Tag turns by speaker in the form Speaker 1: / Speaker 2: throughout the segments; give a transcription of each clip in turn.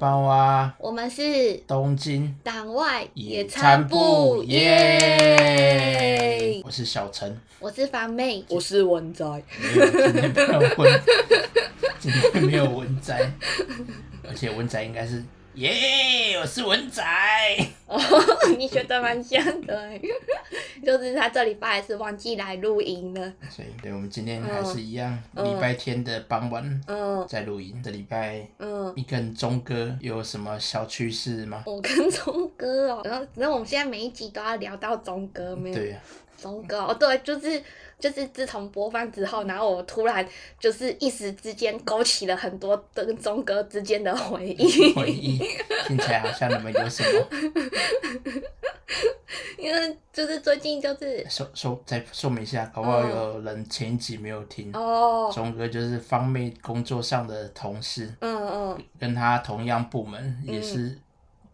Speaker 1: 家，
Speaker 2: 我们是
Speaker 1: 啊东京
Speaker 2: 党外野餐
Speaker 1: 餐
Speaker 2: 部，耶！
Speaker 1: 我是小陈，
Speaker 2: 我是方妹，
Speaker 3: 我是文仔，
Speaker 1: 没有今天没有文，今天没有文仔，而且文仔应该是耶，我是文仔，
Speaker 2: 哦， 你学的蛮像的 欸，就是他这礼拜还是忘记来录音了，
Speaker 1: 所以对我们今天还是一样，礼、
Speaker 2: 嗯
Speaker 1: 拜天的傍晚
Speaker 2: 嗯
Speaker 1: 在录音。这礼拜
Speaker 2: 嗯。
Speaker 1: 你跟钟哥有什么小趣事吗？
Speaker 2: 我跟钟哥哦，然后然后我们现在每一集都要聊到钟哥，没有？
Speaker 1: 嗯对呀，啊
Speaker 2: 钟哥哦，对，就是就是自从播放之后，然后我突然就是一时之间勾起了很多跟钟哥之间的回忆，
Speaker 1: 回忆听起来好像你们有什么
Speaker 2: 因为就是最近就是
Speaker 1: 说说再说明一下，搞不好有人前一集没有听。
Speaker 2: 哦，
Speaker 1: 钟哥就是方妹工作上的同事，
Speaker 2: 嗯嗯，
Speaker 1: 跟他同样部门，也是
Speaker 2: 嗯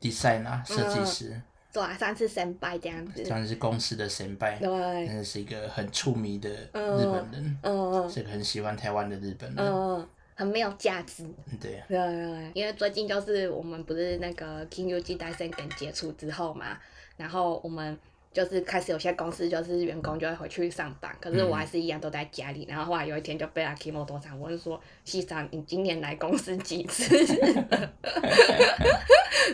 Speaker 1: designer 设计师，
Speaker 2: 对啊，上次先拜这样子，
Speaker 1: 算是公司的神拜，
Speaker 2: 对，
Speaker 1: 真的是一个很出迷的日
Speaker 2: 嗯
Speaker 1: 本人，
Speaker 2: 嗯
Speaker 1: 是个很喜欢台湾的日本人。
Speaker 2: 嗯，很没有价值。
Speaker 1: 对，
Speaker 2: 对啊对，因为最近就是我们不是那个 King U G 戴森跟接触之后嘛，然后我们就是开始有些公司就是员工就会回去上班，可是我还是一样都在家里。然后后来有一天就被阿 Kimo 多长问说：“西长，你今年来公司几 次？”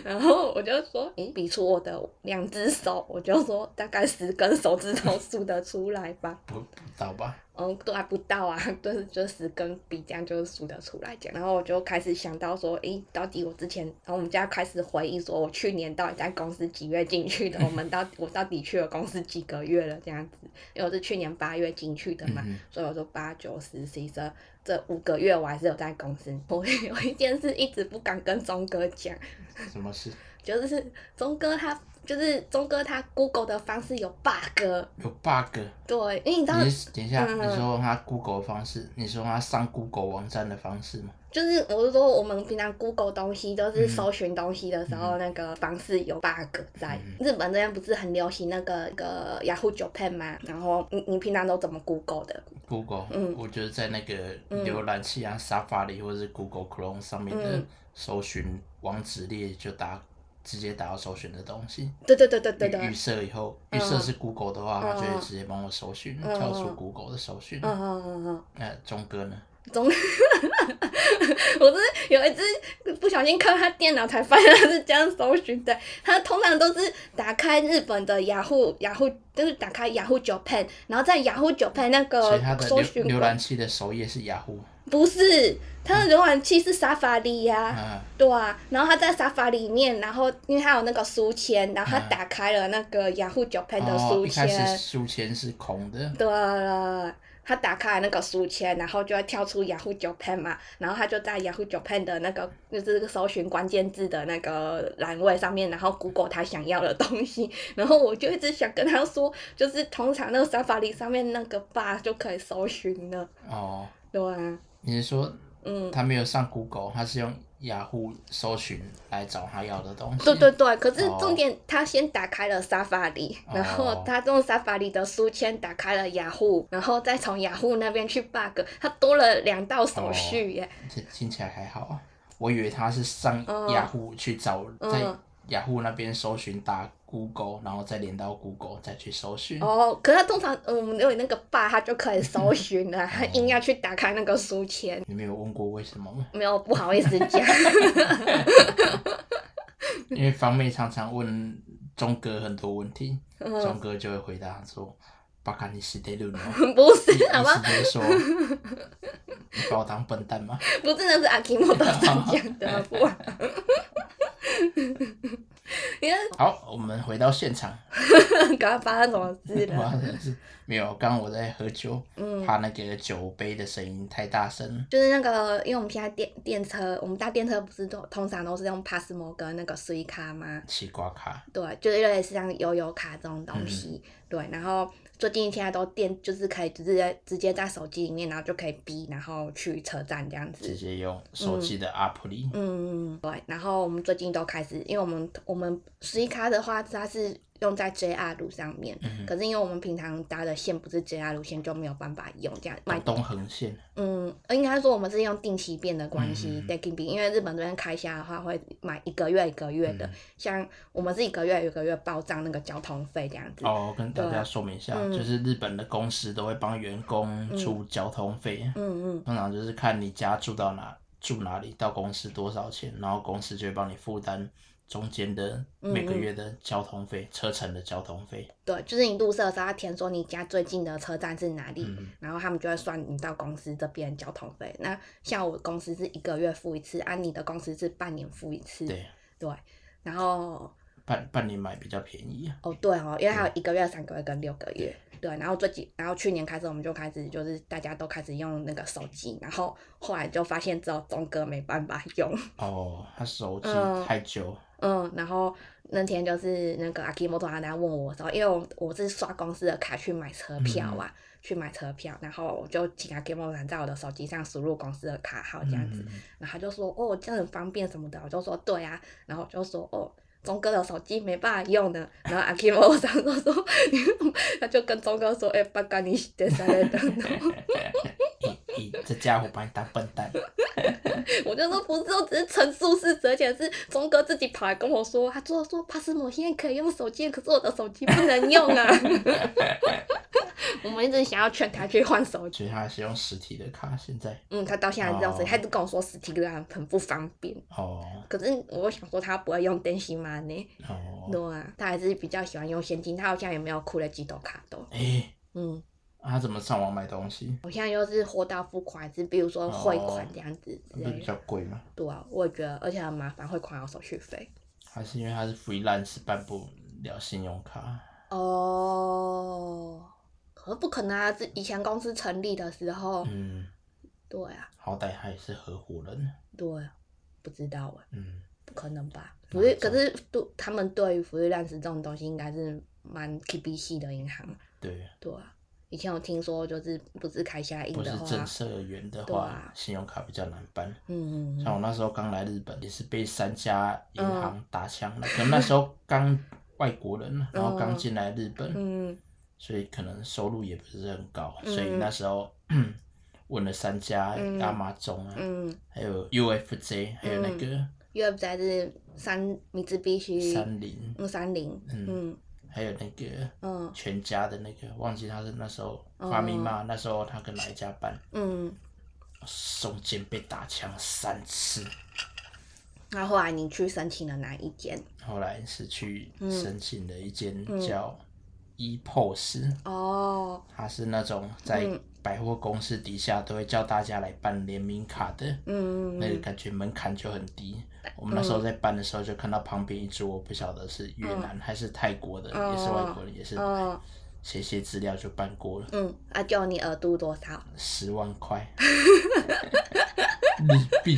Speaker 2: 然后我就说：“诶，比出我的两只手，我就说大概十根手指头数得出来吧。”
Speaker 1: 不不到吧？
Speaker 2: 嗯，都还不到啊， 就是就十根笔这样就是数得出来这样。然后我就开始想到说，诶，到底我之前，然后我们就要开始回忆说，我去年到底在公司几月进去的？我们到我到底去了公司几个月了？这样子，因为我是去年八月进去的嘛，
Speaker 1: 嗯
Speaker 2: 所以我说八九十十一十二这五个月我还是有在公司。我有一件事一直不敢跟钟哥讲，
Speaker 1: 哼，什么事？
Speaker 2: 就是钟哥他就是钟哥他 Google 的方式有 bug，
Speaker 1: 有 bug？
Speaker 2: 对，因为你知道
Speaker 1: 你是等一下，
Speaker 2: 嗯
Speaker 1: 你说他 Google 的方式，你说他上 Google 网站的方式吗？
Speaker 2: 就是我是说，我们平常 Google 东西都
Speaker 1: 嗯
Speaker 2: 是搜寻东西的时候，那个方式有 bug 在。
Speaker 1: 嗯
Speaker 2: 日本这边不是很流行那个那个 Yahoo Japan 吗？然后你你平常都怎么 Google 的？
Speaker 1: Google，、
Speaker 2: 嗯
Speaker 1: 我觉得在那个
Speaker 2: 嗯
Speaker 1: 浏览器啊、Safari 或者是 Google Chrome 上面的
Speaker 2: 嗯
Speaker 1: 搜寻网址列就打直接打到搜寻的东西，
Speaker 2: 对对对对对
Speaker 1: 预
Speaker 2: 对
Speaker 1: 预，设以后，
Speaker 2: 嗯
Speaker 1: 预设是 Google 的话，
Speaker 2: 嗯
Speaker 1: 它就会直接帮我搜寻，
Speaker 2: 嗯
Speaker 1: 跳出 Google 的搜寻
Speaker 2: 嗯。嗯嗯嗯，
Speaker 1: 那钟哥呢？
Speaker 2: 总，我 是有一次不小心看他电脑才发现他是这样搜寻的。他通常都是打开日本的 Yahoo Yahoo，就是打开 Yahoo Japan，然后在 Yahoo Japan 那
Speaker 1: 所
Speaker 2: 个
Speaker 1: 以它的
Speaker 2: 呃搜
Speaker 1: 浏
Speaker 2: 寻
Speaker 1: 浏
Speaker 2: 管
Speaker 1: 览器的首页是雅虎
Speaker 2: 不是，它的浏览器是沙发里呀、
Speaker 1: 啊，
Speaker 2: 对啊，然后它在沙发里面，然后因为它有那个书签，然后它
Speaker 1: 嗯
Speaker 2: 打开了那个 Yahoo Japan 的
Speaker 1: 哦，
Speaker 2: 书
Speaker 1: 一开
Speaker 2: 签，
Speaker 1: 始书签是空的，
Speaker 2: 对了，他打开那个书签，然后就会跳出 Yahoo Japan 嘛，然后他就在 Yahoo Japan 的那个就是搜寻关键字的那个栏位上面，然后 Google 他想要的东西，然后我就一直想跟他说，就是通常那个 Safari 上面那个 bar 就可以搜寻了，
Speaker 1: 哦，
Speaker 2: 对啊，
Speaker 1: 你是说
Speaker 2: 嗯。
Speaker 1: 他没有上 Google，他是用雅虎搜寻来找他要的东西？
Speaker 2: 对对对，可是
Speaker 1: 哦
Speaker 2: 重点，他先打开了 Safari，、
Speaker 1: 哦
Speaker 2: 然后他用 Safari 的书签打开了雅虎，然后再从雅虎那边去 bug，他多了两道手续耶。
Speaker 1: 这听起来还好啊。我以为他是上
Speaker 2: 嗯
Speaker 1: 雅虎去找，
Speaker 2: 嗯
Speaker 1: 在雅虎那边搜寻打 Google，然后再连到 Google 再去搜寻。
Speaker 2: 哦，可是他通常嗯我们有那个 bar，他就可以搜寻 了，他硬要去打开那个书签，
Speaker 1: 你没有问过为什么吗？
Speaker 2: 没有不好意思 讲。
Speaker 1: 因为方妹常常问钟哥很多问题，钟
Speaker 2: 嗯，
Speaker 1: 哥就会回答说：“巴卡你是得 鲁诺。”
Speaker 2: 不
Speaker 1: 你
Speaker 2: 是，好吧，
Speaker 1: 你直接说：“你把我当笨蛋吗
Speaker 2: 不是，那是阿基莫多上讲的， 不然。你？”
Speaker 1: 好，我们回到现场。
Speaker 2: 看，刚刚发生什么事
Speaker 1: 哇
Speaker 2: 了？
Speaker 1: 真是没有，刚刚我在喝酒，
Speaker 2: 嗯，
Speaker 1: 怕那个酒杯的声音太大声。
Speaker 2: 就是那个，因为我们现在电电车，我们搭电车不是都通常都是用 Passmo 跟那个 s u i c a 吗？
Speaker 1: 西瓜卡，
Speaker 2: 对，就是类似像悠游卡这种
Speaker 1: 嗯
Speaker 2: 东西。对，然后最近现在都电，就是可以直接直接在手机里面，然后就可以逼，然后去车站这样
Speaker 1: 直
Speaker 2: 子。
Speaker 1: 接用手
Speaker 2: 嗯
Speaker 1: 机的 app 里，
Speaker 2: 嗯，对。然后我们最近都开始，因为我们我们 s u i c a 的话，它是用在 JR JR 路上面。
Speaker 1: 嗯
Speaker 2: 可是因为我们平常搭的线不是 JR 路线，就没有办法用这样买
Speaker 1: 哼，东横线，
Speaker 2: 嗯，应该说我们是用定期变的关系
Speaker 1: 嗯
Speaker 2: d a k i n g 因为日本这边开销的话会买一个月一个月的，
Speaker 1: 嗯
Speaker 2: 像我们是一个月一个月报账那个交通费这样子。
Speaker 1: 哦，跟大
Speaker 2: 对
Speaker 1: 家
Speaker 2: 啊
Speaker 1: 说明一下，
Speaker 2: 嗯
Speaker 1: 就是日本的公司都会帮员工出交通费，
Speaker 2: 嗯嗯
Speaker 1: 通常就是看你家住到哪住哪里，到公司多少钱，然后公司就会帮你负担中间的
Speaker 2: 嗯
Speaker 1: 每个月的交通费、车程的交通费。
Speaker 2: 对，就是你入社的时候要填说你家最近的车站是哪里，
Speaker 1: 嗯
Speaker 2: 然后他们就会算你到公司这边交通费。那像我公司是一个月付一次，啊，你的公司是半年付一次。
Speaker 1: 对，
Speaker 2: 对，然后
Speaker 1: 半半年买比较便宜啊。
Speaker 2: 哦，对哦，因为还有一个月、三个月跟六个月，对。然后最近，然后去年开始我们就开始，就是大家都开始用那个手机，然后后来就发现只有钟哥没办法用，
Speaker 1: 哦，他手机
Speaker 2: 嗯
Speaker 1: 太久，
Speaker 2: 嗯。然后那天就是那个阿基摩托他在问我的时候，因为我我是刷公司的卡去买车票啊，去买车票，然后我就请阿基摩托在我的手机上输入公司的卡号哦这样子，
Speaker 1: 嗯
Speaker 2: 然后他就说哦，这样很方便什么的，我就说对啊，然后我就说哦。钟哥的手机没办法用呢，然后阿 Kim 我上就说，你为什么他就跟钟哥说，哎、不干你得啥来等我，
Speaker 1: 咦嗯咦，这家伙把你当笨蛋。
Speaker 2: 我就说不是，我只是陈述事实，而且是钟哥自己跑来跟我说，他说说帕斯摩现在可以用手机，可是我的手机不能用啊。 我们一直想要劝他去换手机，
Speaker 1: 所以他是用实体的卡，现在
Speaker 2: 嗯，他到现在还这样子，
Speaker 1: 哦
Speaker 2: 他一直跟我说实体的啊很很不方便，
Speaker 1: 哦
Speaker 2: 可是我想说他不会用电信吗呢？
Speaker 1: 哦，
Speaker 2: 对啊，他还是比较喜欢用现金，他好像也没有酷了几斗卡都。
Speaker 1: 哎、
Speaker 2: 嗯，
Speaker 1: 啊他怎么上网买东西？
Speaker 2: 我现在又是货到付款，是比如说汇款这样子之
Speaker 1: 不是
Speaker 2: 类
Speaker 1: 比
Speaker 2: 的。
Speaker 1: 较贵吗？
Speaker 2: 对啊，我也觉得，而且很麻烦，汇款有手续费。
Speaker 1: 还是因为他是 freelance 办不了信用卡？
Speaker 2: 哦，可是不可能啊！这以前公司成立的时候，
Speaker 1: 嗯，
Speaker 2: 对啊，
Speaker 1: 好歹他也是合伙人。
Speaker 2: 对啊，不知道哎、
Speaker 1: 嗯，
Speaker 2: 不可能吧？
Speaker 1: 哪
Speaker 2: 不是，
Speaker 1: 一
Speaker 2: 可
Speaker 1: 种
Speaker 2: 是对他们对于福利烂食这种东西，应该是蛮 K B C 的银行。
Speaker 1: 对，
Speaker 2: 对啊，以前有听说，就是不是开下印
Speaker 1: 不
Speaker 2: 的
Speaker 1: 是
Speaker 2: 话，
Speaker 1: 正社员的
Speaker 2: 对
Speaker 1: 话，
Speaker 2: 啊
Speaker 1: 信用卡比较难办。
Speaker 2: 嗯嗯
Speaker 1: 像
Speaker 2: 嗯，
Speaker 1: 我那时候刚来日本，也是被三家银行打枪 了。可能那时候刚外国人，然后刚进来日本，
Speaker 2: 嗯
Speaker 1: 所以可能收入也不是很高，
Speaker 2: 嗯
Speaker 1: 所以那时候 问了三家
Speaker 2: 嗯
Speaker 1: 亚马中啊，
Speaker 2: 嗯。
Speaker 1: 还有 UFJ，还有那个
Speaker 2: 因为在是三米兹必须
Speaker 1: 三菱，
Speaker 2: 嗯三零
Speaker 1: 嗯
Speaker 2: 嗯
Speaker 1: 还有那个
Speaker 2: 嗯
Speaker 1: 全家的那个，忘记他是那时候
Speaker 2: 哦
Speaker 1: 发密码，那时候他跟哪一家办，
Speaker 2: 嗯，
Speaker 1: 中间被打枪三次。
Speaker 2: 那后来你去申请了哪一间？
Speaker 1: 后来是去
Speaker 2: 嗯
Speaker 1: 申请了一间
Speaker 2: 嗯
Speaker 1: 叫 E ePOS，、
Speaker 2: 哦，
Speaker 1: 它是那种在
Speaker 2: 嗯
Speaker 1: 百货公司底下都会叫大家来办联名卡的，
Speaker 2: 嗯
Speaker 1: 那个
Speaker 2: 嗯
Speaker 1: 感觉门槛就很低。我们那时候在办的时候就看到旁边一桌，我不晓得是越
Speaker 2: 嗯
Speaker 1: 南还是泰国的，
Speaker 2: 哦
Speaker 1: 也是外国人，也是
Speaker 2: 哦
Speaker 1: 写写资料就办过了，
Speaker 2: 嗯，啊，就你额度多少？
Speaker 1: 十万块 日币，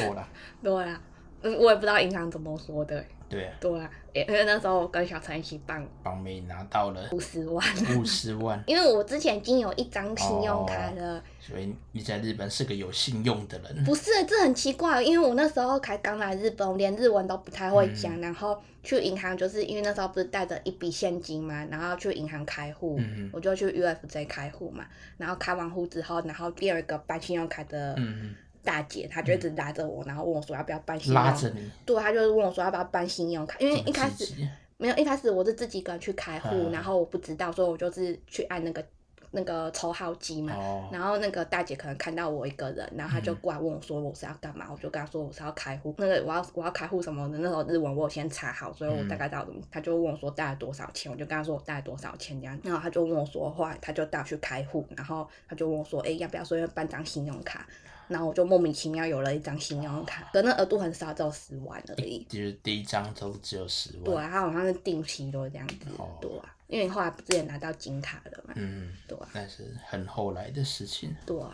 Speaker 1: 够了，
Speaker 2: 对啊，嗯，我也不知道银行怎么说的，
Speaker 1: 对啊，
Speaker 2: 对啊，因为那时候我跟小陈一起办
Speaker 1: 帮妹拿到了
Speaker 2: 五十万，
Speaker 1: 五十万。
Speaker 2: 因为我之前已经有一张信用卡了，
Speaker 1: 所以你在日本是个有信用的人。
Speaker 2: 不是，这很奇怪，因为我那时候才刚来日本，我连日文都不太会
Speaker 1: 嗯
Speaker 2: 讲，然后去银行就是因为那时候不是带着一笔现金嘛，然后去银行开户，
Speaker 1: 嗯
Speaker 2: 我就去 UFJ 开户嘛，然后开完户之后，然后第二个办信用卡的
Speaker 1: 嗯，
Speaker 2: 大姐，她就一直拉着我，然后问我说要不要办信用
Speaker 1: 拉
Speaker 2: 卡，
Speaker 1: 着你。
Speaker 2: 对，她就是问我说要不要办信用卡，因为
Speaker 1: 这么
Speaker 2: 一开
Speaker 1: 积
Speaker 2: 始
Speaker 1: 极
Speaker 2: 没有，一开始我是自己一个人去开户，
Speaker 1: 嗯
Speaker 2: 然后我不知道，所以我就是去按那个那个抽号机嘛，
Speaker 1: 哦，
Speaker 2: 然后那个大姐可能看到我一个人，然后她就
Speaker 1: 嗯
Speaker 2: 过来问我说我是要干嘛，我就跟她说我是要开户，那个我哎要我要开户什么的，那时候日文我有先查好，所以我大概知道怎么。她就问我说带了多少钱，我就跟她说我带了多少钱这样，然后她就问我说，后来她就带我去开户，然后她就问我说，哎、要不要说要办张信用卡？然后我就莫名其妙有了一张信用卡，可那额度很少，只有十万而已。
Speaker 1: 就是第一张都只有十万。
Speaker 2: 对啊，她好像是定期都这样子
Speaker 1: 哦，
Speaker 2: 对啊，因为你后来不是也拿到金卡了嘛，
Speaker 1: 嗯，
Speaker 2: 对啊。
Speaker 1: 那是很后来的事情。
Speaker 2: 对啊，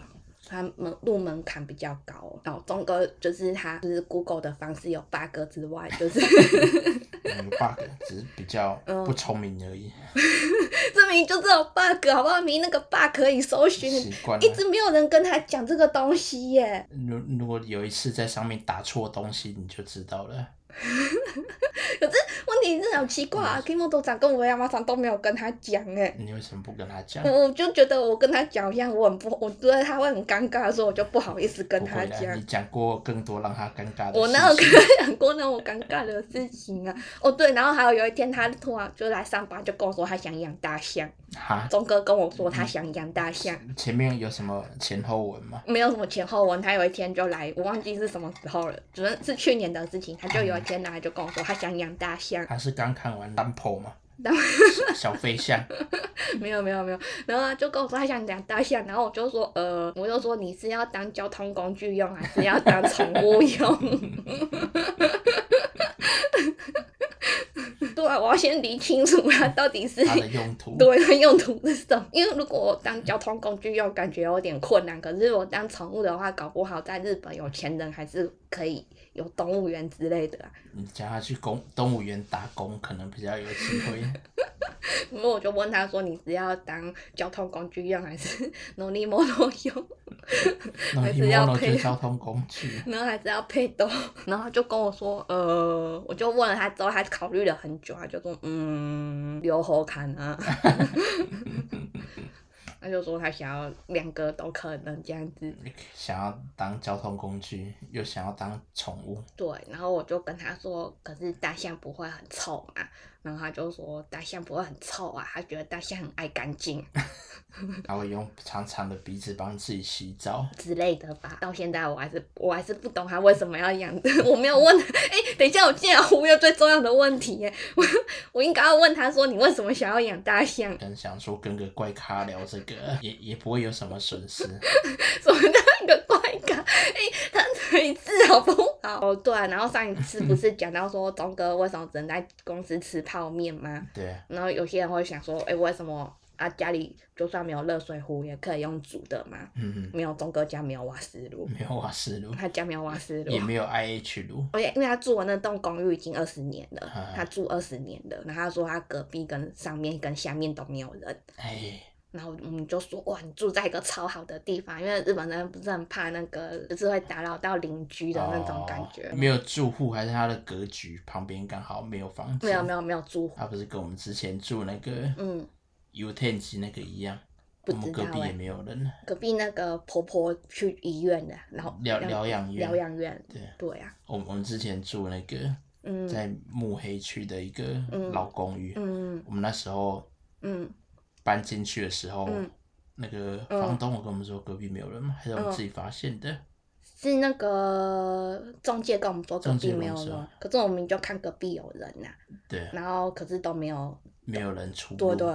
Speaker 2: 他门入门槛比较高哦。然后钟哥就是他，就是 Google 的方式有 bug 之外，就是
Speaker 1: 有 bug，只是比较
Speaker 2: 嗯
Speaker 1: 不聪明而已，
Speaker 2: 这明明就是有 bug 好不好？明明那个 bug 可以搜寻，
Speaker 1: 习惯
Speaker 2: 一
Speaker 1: 了。
Speaker 2: 直没有人跟他讲这个东西耶。
Speaker 1: 如如果有一次在上面打错东西，你就知道了。
Speaker 2: 可是问题是很奇怪啊，Kimo
Speaker 1: 嗯
Speaker 2: 都长跟我亚麻长都没有跟他讲哎、
Speaker 1: 你为什么不跟他讲？
Speaker 2: 我我就觉得我跟他讲一样，我很不，我觉得他会很尴尬，所以我就不好意思跟
Speaker 1: 不
Speaker 2: 他
Speaker 1: 会
Speaker 2: 讲
Speaker 1: 的，你。讲过更多让他尴尬的事情。
Speaker 2: 我哪有跟他讲过那种尴尬的事情啊？哦对，然后还有有一天他突然就来上班，就跟我说他想养大象。
Speaker 1: 哈？
Speaker 2: 钟哥跟我说他想养大象，
Speaker 1: 前面有什么前后文吗？
Speaker 2: 没有什么前后文。他有一天就来，我忘记是什么时候了，主要是去年的事情。他就有一天来就跟我说他想养大象，
Speaker 1: 他是刚看完《单破》吗？
Speaker 2: 然后
Speaker 1: 小 飞象，
Speaker 2: 没有没有没有，然后他就跟我说他想养大象，然后我就说呃，我就说你是要当交通工具用还是要当宠物用？ 对啊，我要先理清楚它到底是
Speaker 1: 它的用途。
Speaker 2: 对，它用途是什么？因为如果我当交通工具用，感觉有点困难。可是我当宠物的话，搞不好在日本有钱人还是可以有动物园之类的、啊。
Speaker 1: 你叫他去公动物园打工，可能比较有机 会。
Speaker 2: 然后我就问他说：“你是要当交通工具用，还是努力摩托用？
Speaker 1: 那
Speaker 2: 还
Speaker 1: 你
Speaker 2: 是要
Speaker 1: 摸了就
Speaker 2: 配
Speaker 1: 交通工具，
Speaker 2: 然后还是要配斗？” 然后他就跟我说：“呃，我就问了他之后，他考虑了很久，他就说：‘嗯，留后看啊。’”他就说他想要两个都可能这样子。
Speaker 1: 想要当交通工具，又想要当宠物，
Speaker 2: 对，然后我就跟他说，可是大象不会很臭嘛？然后他就说大象不会很臭啊，他觉得大象很爱干净
Speaker 1: 然后用长长的鼻子帮自己洗澡。
Speaker 2: 之类的吧。到现在我还是我还是不懂他为什么要养，我没有问他。哎、等一下，我竟然忽略最重要的问题耶！我我应该要问他说，你为什么想要养大象？
Speaker 1: 跟想说跟个怪咖聊这个，也也不会有什么损失。
Speaker 2: 什么那个怪咖？哎、他这一次好不好？哦，对啊，然后上一次不是讲到说钟哥为什么只能在公司吃泡面吗？
Speaker 1: 对啊，
Speaker 2: 然后有些人会想说，哎、为什么啊家里就算没有热水壶也可以用煮的嘛？
Speaker 1: 嗯，
Speaker 2: 没有钟哥家没有瓦斯炉，
Speaker 1: 没有瓦斯炉，
Speaker 2: 他家没有瓦斯炉
Speaker 1: 嗯也。没有 IH 炉，
Speaker 2: 而且因为他住的那栋公寓已经二十年了，
Speaker 1: 啊
Speaker 2: 他住二十年了，然后他说他隔壁跟上面跟下面都没有人，
Speaker 1: 哎，
Speaker 2: 然后我们就说哇，你住在一个超好的地方，因为日本人不是很怕那个就是会打扰到邻居的那种感觉。
Speaker 1: 哦没有住户，还是它的格局旁边刚好没有房子。
Speaker 2: 没有没
Speaker 1: 有，
Speaker 2: 有没有住户，
Speaker 1: 它不是跟我们之前住那个
Speaker 2: 嗯，
Speaker 1: U t e n 那个一样，
Speaker 2: 不
Speaker 1: 我
Speaker 2: 知道
Speaker 1: 们隔壁
Speaker 2: 哎
Speaker 1: 也没有人，
Speaker 2: 隔壁那个婆婆去医院了，然后
Speaker 1: 疗疗养院
Speaker 2: 疗养院，
Speaker 1: 对啊，
Speaker 2: 对呀、
Speaker 1: 我们我们之前住那个
Speaker 2: 嗯
Speaker 1: 在慕黑区的一个
Speaker 2: 嗯
Speaker 1: 老公寓，
Speaker 2: 嗯
Speaker 1: 我们那时候
Speaker 2: 嗯，
Speaker 1: 搬进去的时候，
Speaker 2: 嗯
Speaker 1: 那个房东我跟我们说隔壁没有人嘛，还是我们
Speaker 2: 嗯
Speaker 1: 自己发现的。
Speaker 2: 是那个中介跟我们说隔
Speaker 1: 中介啊
Speaker 2: 壁
Speaker 1: 跟
Speaker 2: 没
Speaker 1: 我
Speaker 2: 有
Speaker 1: 们说
Speaker 2: 人，可是我们就看隔壁有人呐、
Speaker 1: 对，
Speaker 2: 然后可是都没有，
Speaker 1: 没有人出入，
Speaker 2: 对对，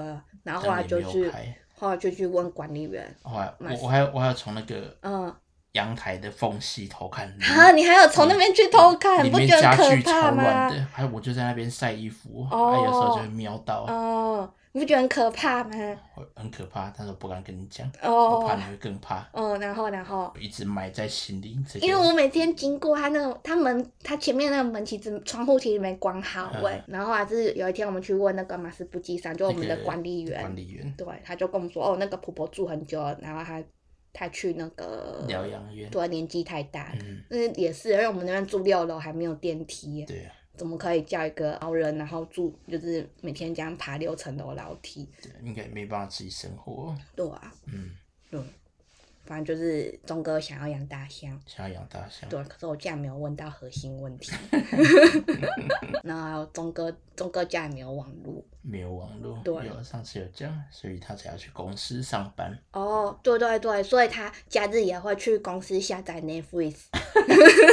Speaker 2: 然后后来就
Speaker 1: 但也没
Speaker 2: 去
Speaker 1: 有，开。
Speaker 2: 后来就去问管理员，
Speaker 1: 后来
Speaker 2: 买
Speaker 1: 我我还有我还有从那个
Speaker 2: 嗯，
Speaker 1: 阳台的缝隙偷看，
Speaker 2: 啊，你还有从那边去偷看，
Speaker 1: 里
Speaker 2: 不
Speaker 1: 面
Speaker 2: 觉得
Speaker 1: 家
Speaker 2: 很
Speaker 1: 具
Speaker 2: 可怕
Speaker 1: 超
Speaker 2: 吗
Speaker 1: 乱？的，还有我就在那边晒衣服，还
Speaker 2: 哦
Speaker 1: 有时候就会瞄到，
Speaker 2: 哦，你不觉得很可怕吗？
Speaker 1: 会很可怕，但是我不敢跟你讲，我
Speaker 2: 哦
Speaker 1: 怕你，会更怕，
Speaker 2: 哦，然后然后。
Speaker 1: 我一直埋在心里。这
Speaker 2: 因为我
Speaker 1: 个
Speaker 2: 每天经过他那个，他门，他前面那个门其实窗户其实没关好
Speaker 1: 嗯
Speaker 2: 喂、然后还是有一天我们去问那个马斯布基山，就我们的
Speaker 1: 那个
Speaker 2: 管理员，
Speaker 1: 管理员
Speaker 2: 对，他就跟我们说，哦，那个婆婆住很久了，然后她她去那个
Speaker 1: 疗，养院，
Speaker 2: 对，年纪太大了。
Speaker 1: 嗯，
Speaker 2: 嗯，也是，因为我们那边住六楼还没有电梯，
Speaker 1: 对啊，
Speaker 2: 怎么可以叫一个老人然后住就是每天这样爬六层楼楼梯？
Speaker 1: 对啊应该没办法自己生活，
Speaker 2: 对啊，
Speaker 1: 嗯，
Speaker 2: 反正就是钟哥想要养大象，
Speaker 1: 想要养大象，
Speaker 2: 对，可是我竟然没有问到核心问题。 然后还有钟哥，钟哥家也没有网络。
Speaker 1: 没有网络，
Speaker 2: 对
Speaker 1: 有上次有讲，所以他才要去公司上班，
Speaker 2: 哦，对对对，所以他假日也会去公司下载 Netflix。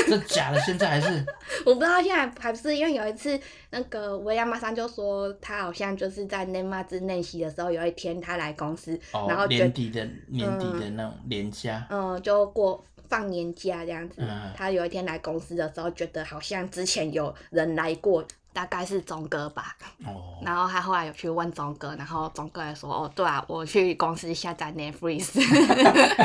Speaker 1: 这假的，现在还是
Speaker 2: 我不知道现在还不是因为有一次那个维亚马上就说他好像就是在内马兹练习的时候，有一天他来公司，然
Speaker 1: 哦
Speaker 2: 后，
Speaker 1: 年
Speaker 2: 就
Speaker 1: 底的年底的那种年假，
Speaker 2: 嗯就过放年假这样子。
Speaker 1: 嗯
Speaker 2: 他有一天来公司的时候，觉得好像之前有人来过。大概是钟哥吧，
Speaker 1: 哦，
Speaker 2: 然后他后来有去问钟哥，然后钟哥也说：“哦，对啊，我去公司下载 Netflix。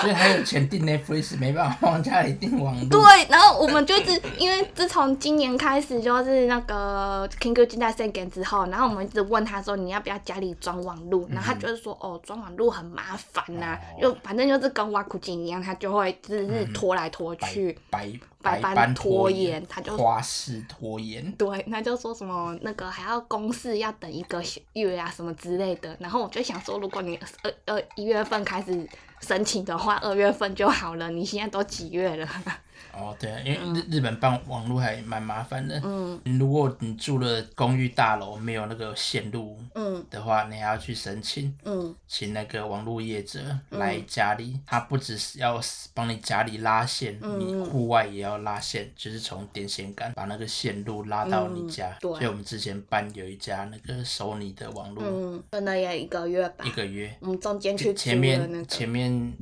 Speaker 1: 所以还有钱订 Netflix，没办法，往家里订网络。
Speaker 2: 对，然后我们就是因为自从今年开始就是那个 Kingu 金在圣根之后，然后我们一直问他说你要不要家里装网路，然后他就是说哦装网路很麻烦呐、
Speaker 1: 嗯
Speaker 2: 啊
Speaker 1: 哦
Speaker 2: 又反正就是跟挖苦井一样，他就会就是拖来拖
Speaker 1: 白
Speaker 2: 去。
Speaker 1: 白白
Speaker 2: 班拖
Speaker 1: 延，
Speaker 2: 他就
Speaker 1: 花式拖延，
Speaker 2: 对，他就说什么那个还要公示要等一个月啊什么之类的。然后我就想说，如果你二二一月份开始申请的话，二月份就好了。你现在都几月了？
Speaker 1: 哦，对啊，因为日日本办网络还蛮麻烦的。
Speaker 2: 嗯
Speaker 1: 如果你住了公寓大楼，没有那个线路
Speaker 2: 嗯
Speaker 1: 的话，你还要去申请，
Speaker 2: 嗯
Speaker 1: 请那个网络业者
Speaker 2: 嗯
Speaker 1: 来家里，他不只是要帮你家里拉线，
Speaker 2: 嗯
Speaker 1: 你户外也要拉线，就是从电线杆把那个线路拉到你家。
Speaker 2: 嗯对
Speaker 1: 所以我们之前办有一家那个索尼的网络，
Speaker 2: 嗯，就那也一个月吧
Speaker 1: 一。个月，
Speaker 2: 我们嗯中间去租了
Speaker 1: 前前面、
Speaker 2: 那个，
Speaker 1: 前面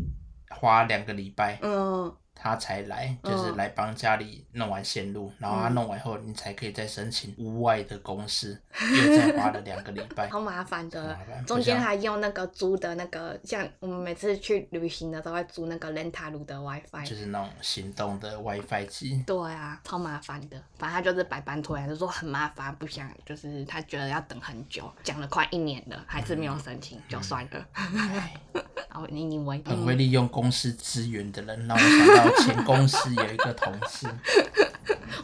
Speaker 1: 花两个礼拜，
Speaker 2: 嗯
Speaker 1: 他才来，就是
Speaker 2: 嗯
Speaker 1: 来帮家里弄完线路，然后他弄完后，你才可以再申请屋外的公司，又再花了两个礼 拜。
Speaker 2: 好麻烦的
Speaker 1: 麻烦，
Speaker 2: 中
Speaker 1: 不
Speaker 2: 间
Speaker 1: 像
Speaker 2: 还用那个租的那个，像我们每次去旅行的都会租那个 Lentalu 的 WiFi，
Speaker 1: 就是那种行动的 WiFi 机，
Speaker 2: 对啊，超麻烦的。反正他就是百般拖延，就说很麻烦，不想，就是他觉得要等很久，讲了快一年了，还是没有申请，就算了。
Speaker 1: 唉
Speaker 2: 然后你以为
Speaker 1: 哎很会利用公司资源的人，让我想到前公司有一个同 事，
Speaker 2: 啊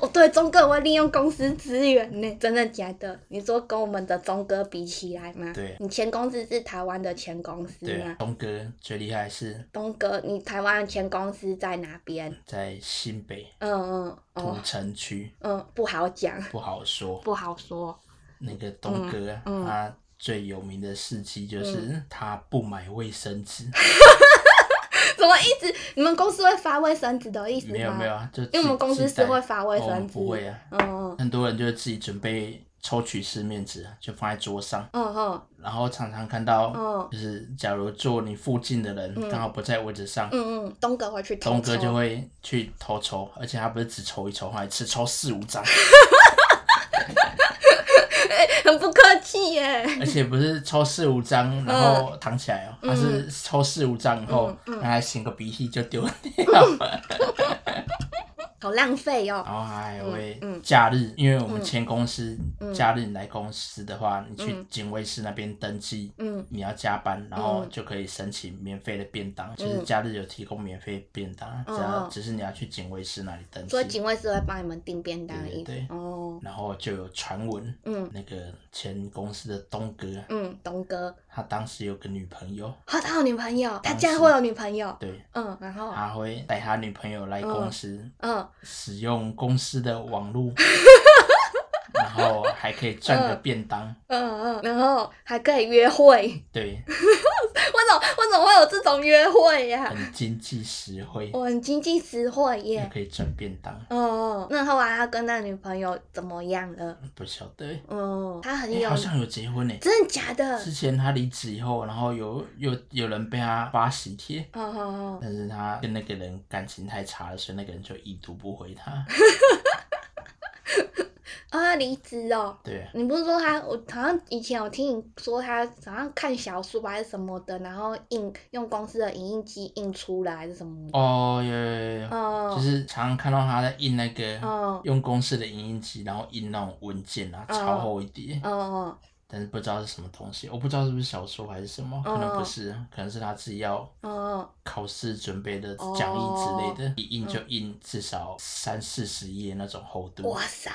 Speaker 2: 哦，对，钟哥我会利用公司资源呢，真的假的？你说跟我们的钟哥比起来吗？
Speaker 1: 对
Speaker 2: 你前公司是台湾的前公司
Speaker 1: 对啊
Speaker 2: 吗，？
Speaker 1: 东哥最厉害是
Speaker 2: 东哥，你台湾的前公司在哪边？
Speaker 1: 在新北
Speaker 2: 嗯嗯
Speaker 1: 土
Speaker 2: 哦
Speaker 1: 城区，
Speaker 2: 嗯，不好讲，
Speaker 1: 不好说。
Speaker 2: 不好说。
Speaker 1: 那个东哥啊，
Speaker 2: 嗯嗯嗯
Speaker 1: 他最有名的事迹就是他不买卫生 纸，
Speaker 2: 怎么一直你们公司会发卫生纸的意思吗？
Speaker 1: 没有没有，啊，就因
Speaker 2: 因为我们公司是会发卫
Speaker 1: 我
Speaker 2: 生
Speaker 1: 们
Speaker 2: 纸。
Speaker 1: 不会啊，
Speaker 2: 嗯嗯
Speaker 1: 很多人就自己准备抽取式面纸，就放在桌上，
Speaker 2: 嗯嗯
Speaker 1: 然后常常看到
Speaker 2: 嗯，
Speaker 1: 就是假如坐你附近的人刚好不在位置上，
Speaker 2: 嗯嗯，东哥会去偷
Speaker 1: 东哥
Speaker 2: 抽
Speaker 1: 就会去偷抽，而且他不是只抽一抽，他只抽四五 张，
Speaker 2: 很不客气耶。
Speaker 1: 而且不是抽四五张然后
Speaker 2: 嗯
Speaker 1: 躺起来哦，他是抽四五张以后，然后还擤个鼻涕就丢掉了。
Speaker 2: 好浪费哦。
Speaker 1: 然后还会
Speaker 2: 嗯嗯
Speaker 1: 假日，因为我们签公司，
Speaker 2: 嗯
Speaker 1: 假日你来公司的话，你去
Speaker 2: 嗯
Speaker 1: 警卫室那边登记，
Speaker 2: 嗯
Speaker 1: 你要加班，然后
Speaker 2: 嗯
Speaker 1: 就可以申请免费的便当，就是假日有提供免费便当，只要
Speaker 2: 嗯
Speaker 1: 只是你要去警卫室那里登
Speaker 2: 所以
Speaker 1: 记。
Speaker 2: 警卫是会帮你们订便当的意思。
Speaker 1: 对对对
Speaker 2: 哦，
Speaker 1: 然后就有传闻，
Speaker 2: 嗯
Speaker 1: 那个前公司的东哥，
Speaker 2: 嗯，东哥，
Speaker 1: 他当时有个女朋友，
Speaker 2: 哦，他有女朋友，他
Speaker 1: 当
Speaker 2: 竟然
Speaker 1: 时啊
Speaker 2: 会有女朋友。
Speaker 1: 对，
Speaker 2: 嗯，然后
Speaker 1: 他会带他女朋友来公司，
Speaker 2: 嗯，
Speaker 1: 使用公司的 网络，然后还可以赚个便当，
Speaker 2: 嗯嗯，然后还可以约会，
Speaker 1: 对，
Speaker 2: 为什么为什么会有这种约会呀、
Speaker 1: 很经济实惠，
Speaker 2: 我很经济实惠
Speaker 1: 又
Speaker 2: 耶。
Speaker 1: 可以赚便当，嗯
Speaker 2: 哦，那后来他跟那女朋友怎么样了？
Speaker 1: 不晓得，诶
Speaker 2: 哦，他很有，
Speaker 1: 嗯哎好像有结婚呢。
Speaker 2: 真的假的？
Speaker 1: 之前他离职以后，然后有有有人被他发喜帖，
Speaker 2: 哦哦哦，
Speaker 1: 但是他跟那个人感情太差了，所以那个人就已读不回他。
Speaker 2: 哦，他离职哦。
Speaker 1: 对啊，
Speaker 2: 你不是说他，我好像以前有听你说他好像看小说吧还是什么的，然后印用公司的影印机印出来还是什么的。
Speaker 1: 哦，有有有有，
Speaker 2: 哦
Speaker 1: 就是常常看到他在印那个、
Speaker 2: 哦
Speaker 1: 用公司的影印机，然后印那种文件啊，
Speaker 2: 哦
Speaker 1: 超厚一叠，
Speaker 2: 哦哦，
Speaker 1: 但是不知道是什么东西，我不知道是不是小说还是什么，可能不是，可能是他自己要。
Speaker 2: 哦哦，
Speaker 1: 考试准备的
Speaker 2: 哦嗯
Speaker 1: 讲义之类的，一印就印至少三四十页那种厚度，
Speaker 2: 哇塞，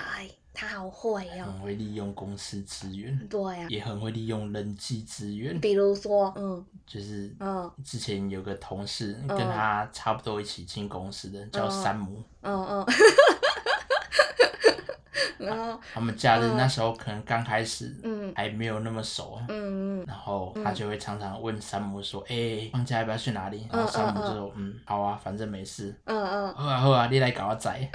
Speaker 2: 他好会哦。
Speaker 1: 很会利用公司资源。
Speaker 2: 对呀、
Speaker 1: 嗯也很会利用人际资源，
Speaker 2: 比如说，嗯
Speaker 1: 就是
Speaker 2: 嗯
Speaker 1: 之前有个同事
Speaker 2: 嗯
Speaker 1: 跟他差不多一起进公司的，叫山姆。
Speaker 2: 嗯嗯，然后
Speaker 1: 他们假日
Speaker 2: 嗯
Speaker 1: 那时候可能刚开始，
Speaker 2: 嗯
Speaker 1: 还没有那么熟，啊
Speaker 2: 嗯嗯
Speaker 1: 然后他就会常常问山姆说：“哎、放假要不要去哪里？”然后山姆就说：“嗯，好啊，反正没事。
Speaker 2: 嗯嗯，
Speaker 1: 好啊好啊，你来搞我载。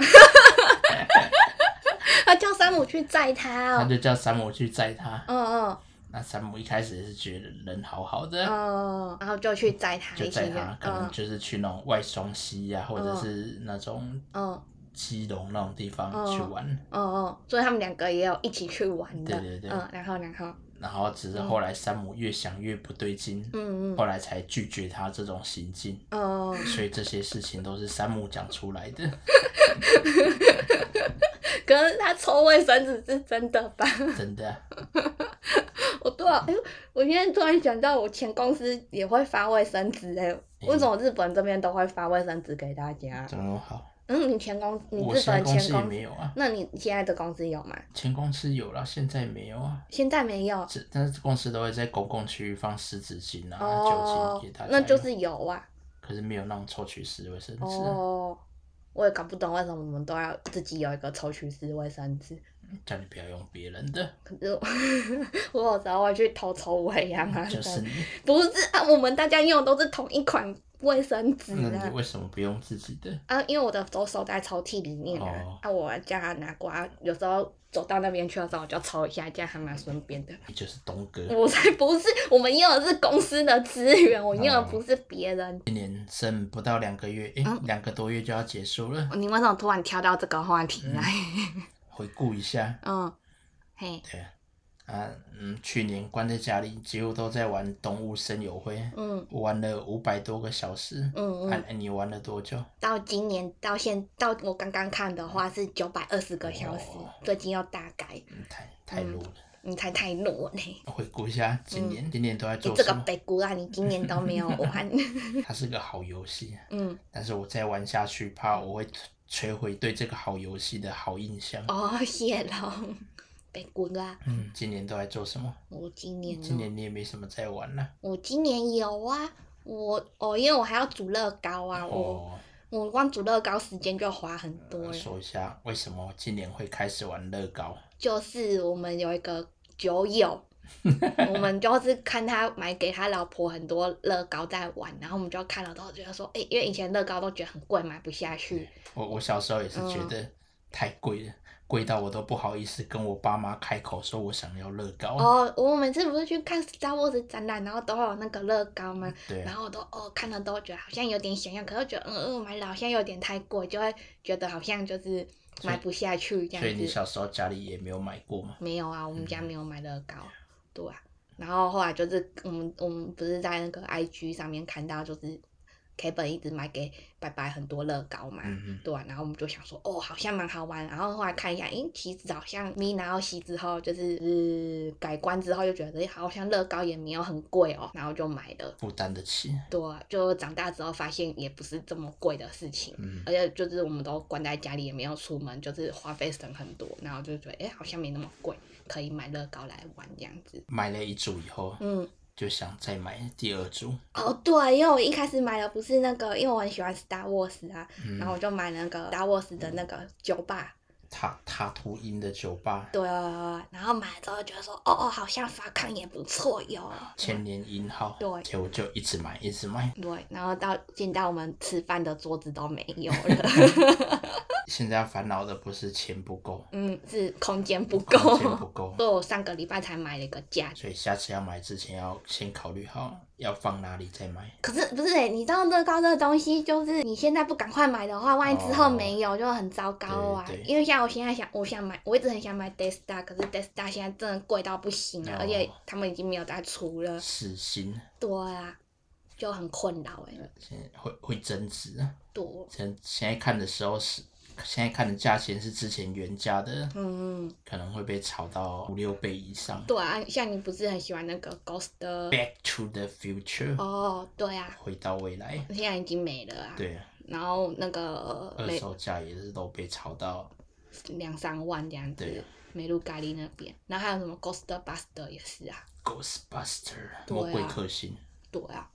Speaker 2: 他啊叫山姆去载他
Speaker 1: 他
Speaker 2: 哦。
Speaker 1: 就叫山姆去载他。
Speaker 2: 嗯嗯
Speaker 1: 那山姆一开始也是觉得人好好的，
Speaker 2: 嗯，然后就去载他
Speaker 1: 就
Speaker 2: 一起
Speaker 1: 载他
Speaker 2: 的，，
Speaker 1: 可能
Speaker 2: 嗯
Speaker 1: 就是去那种外双溪呀、或者
Speaker 2: 嗯
Speaker 1: 是那种
Speaker 2: 嗯
Speaker 1: 基隆那种地方
Speaker 2: 哦
Speaker 1: 去玩，
Speaker 2: 嗯嗯，所以他们两个也有一起去玩的，
Speaker 1: 对对对
Speaker 2: 嗯，然后然后，
Speaker 1: 然后只是后来山姆越想越不对劲，
Speaker 2: 嗯嗯嗯
Speaker 1: 后来才拒绝他这种行径。
Speaker 2: 嗯。
Speaker 1: 所以这些事情都是山姆讲出 来的，
Speaker 2: 可是他抽卫生纸是真的吧？
Speaker 1: 真的啊。
Speaker 2: 我对啊，哎呦，我现在突然想到，我前公司
Speaker 1: 嗯
Speaker 2: 也会发卫生纸哎，为什么日本这边都会发卫生纸给大家？
Speaker 1: 怎么那么好？
Speaker 2: 嗯，你前公你
Speaker 1: 我
Speaker 2: 日
Speaker 1: 现在
Speaker 2: 本
Speaker 1: 公
Speaker 2: 前
Speaker 1: 司也
Speaker 2: 公，
Speaker 1: 没有啊，
Speaker 2: 那你现在的公司有吗？
Speaker 1: 前公司有啦，现在没有啊。
Speaker 2: 现在没有
Speaker 1: 这但是公司都会在公共区域放湿纸巾啊、酒
Speaker 2: 哦
Speaker 1: 精给大家，
Speaker 2: 那
Speaker 1: 用，
Speaker 2: 就是有啊。
Speaker 1: 可是没有那种抽取式卫生纸啊、
Speaker 2: 哦，我也搞不懂为什么我们都要自己有一个抽取式卫生纸。
Speaker 1: 叫你不要用别人的，
Speaker 2: 可是我我 有时候会去偷抽尾呀、啊，
Speaker 1: 嗯就是你。
Speaker 2: 不是啊？我们大家用的都是同一款卫生纸
Speaker 1: 那
Speaker 2: 啊
Speaker 1: 你。为什么不用自己的？
Speaker 2: 啊，因为我的都收在抽屉里面啊，
Speaker 1: 哦
Speaker 2: 啊，我叫他拿过来，有时候走到那边去的时候，我就抽一下，这样还蛮顺便的。
Speaker 1: 你就是东哥。
Speaker 2: 我才不是，我们用的是公司的资源，我用的
Speaker 1: 哦
Speaker 2: 不是别人。
Speaker 1: 今年剩不到两个月，诶，
Speaker 2: 嗯
Speaker 1: 两、个多月就要结束了。
Speaker 2: 你为什么突然跳到这个话题来？
Speaker 1: 回顾一下，
Speaker 2: 嗯，嘿，
Speaker 1: 对啊，啊，嗯，去年关在家里，几乎都在玩动物森友会，
Speaker 2: 嗯
Speaker 1: 玩了五百多个小时。
Speaker 2: 嗯
Speaker 1: 啊
Speaker 2: 嗯，，
Speaker 1: 你玩了多久？
Speaker 2: 到今年到现到我刚刚看的话是九百二十个小时
Speaker 1: 哦，
Speaker 2: 最近要大改，
Speaker 1: 嗯太太弱了。
Speaker 2: 你才太弱呢。
Speaker 1: 回顾一下今年，今年都在
Speaker 2: 嗯你
Speaker 1: 做
Speaker 2: 这
Speaker 1: 什
Speaker 2: 个
Speaker 1: 么？
Speaker 2: 北姑啊，你今年都没有 玩。
Speaker 1: 它是个好游戏，
Speaker 2: 嗯，
Speaker 1: 但是我再玩下去，怕我会摧毁对这个好游戏的好印象。
Speaker 2: 哦，谢龙，北姑啊，
Speaker 1: 嗯，今年都在做什么？
Speaker 2: 我今年哦
Speaker 1: 今年你也没什么在玩了、
Speaker 2: 我今年有啊，我哦，因为我还要煮乐高啊，我
Speaker 1: 哦，
Speaker 2: 我光煮乐高时间就花很多了。
Speaker 1: 说一下为什么今年会开始玩乐高？
Speaker 2: 就是我们有一个酒 友，我们就是看他买给他老婆很多乐高在玩，然后我们就看了之后觉得说，哎、因为以前乐高都觉得很贵，买不下去。
Speaker 1: 我我小时候也是觉得
Speaker 2: 哦
Speaker 1: 太贵了，贵到我都不好意思跟我爸妈开口说我想要乐高。
Speaker 2: 哦，我每次不是去看 Star Wars 展览，然后都会有那个乐高吗？
Speaker 1: 对
Speaker 2: 然
Speaker 1: 啊，
Speaker 2: 后我都哦看了都觉得好像有点想要，可是觉得嗯嗯买了好像有点太贵，就会觉得好像就是买不下去这样
Speaker 1: 所
Speaker 2: 子。
Speaker 1: 以你小时候家里也没有买过吗？
Speaker 2: 没有啊，我们家
Speaker 1: 嗯
Speaker 2: 没有买乐高，对啊。然后后来就是我们我们不是在那个 IG 上面看到，就是 K 本一直买给白白很多乐高嘛，
Speaker 1: 嗯嗯，
Speaker 2: 对啊。然后我们就想说，哦，好像蛮好玩。然后后来看一下，诶，其实好像咪拿到西之后，就是、呃改观之后就觉得，诶好像乐高也没有很贵哦，然后就买了。
Speaker 1: 负担得起。
Speaker 2: 对啊、就长大之后发现也不是这么贵的事情。
Speaker 1: 嗯，
Speaker 2: 而且就是我们都关在家里，也没有出门，就是花费省很多，然后就觉得哎、诶好像没那么贵，可以买乐高来玩这样子。
Speaker 1: 买了一组以后，
Speaker 2: 嗯，
Speaker 1: 就想再买第二组。
Speaker 2: 哦对，因为我一开始买的不是那个，因为我很喜欢 Star Wars 啊，然后
Speaker 1: 嗯，
Speaker 2: 我就买那个 Star Wars 的那个酒吧，
Speaker 1: 塔塔图因的酒吧，
Speaker 2: 对，然后买了之后觉得说，哦哦，好像发抗也不错哟。
Speaker 1: 千年银号，
Speaker 2: 对
Speaker 1: 结果就一直买，一直买。
Speaker 2: 对，然后到现在我们吃饭的桌子都没有 了，
Speaker 1: 现在要烦恼的不是钱不够，
Speaker 2: 嗯，是空间不够。
Speaker 1: 空间不够，
Speaker 2: 所以我上个礼拜才买了一个架子。
Speaker 1: 所以下次要买之前要先考虑好要放哪里再买。
Speaker 2: 可是不是、欸、你知道乐高这个东西，就是你现在不赶快买的话，万一之后
Speaker 1: 哦
Speaker 2: 没有，就很糟糕啊。
Speaker 1: 对对
Speaker 2: 因为像我现在想，我想买，我一直很想买 Death Star，可是 Death Star 现在真的贵到不行了，
Speaker 1: 哦
Speaker 2: 而且他们已经没有再出了。
Speaker 1: 死心，
Speaker 2: 对啊，就很困扰哎、
Speaker 1: 现在会会增值啊。
Speaker 2: 对，
Speaker 1: 现现在看的时候是，现在看的价钱是之前原价的，
Speaker 2: 嗯，
Speaker 1: 可能会被炒到五六倍以上。
Speaker 2: 对啊，像你不是很喜欢那个 Ghost 的？
Speaker 1: Back to the future，、
Speaker 2: 哦，对啊，
Speaker 1: 回到未来。
Speaker 2: 现在已经没了啊。
Speaker 1: 对，
Speaker 2: 然后那个
Speaker 1: 二
Speaker 2: 没
Speaker 1: 手价也是都被炒到，
Speaker 2: 两三万这样
Speaker 1: 对
Speaker 2: 子，美露咖喱那边，然后还有什么 Ghost Buster 也是啊。
Speaker 1: Ghostbuster
Speaker 2: 对啊
Speaker 1: 魔鬼克星，
Speaker 2: 对啊，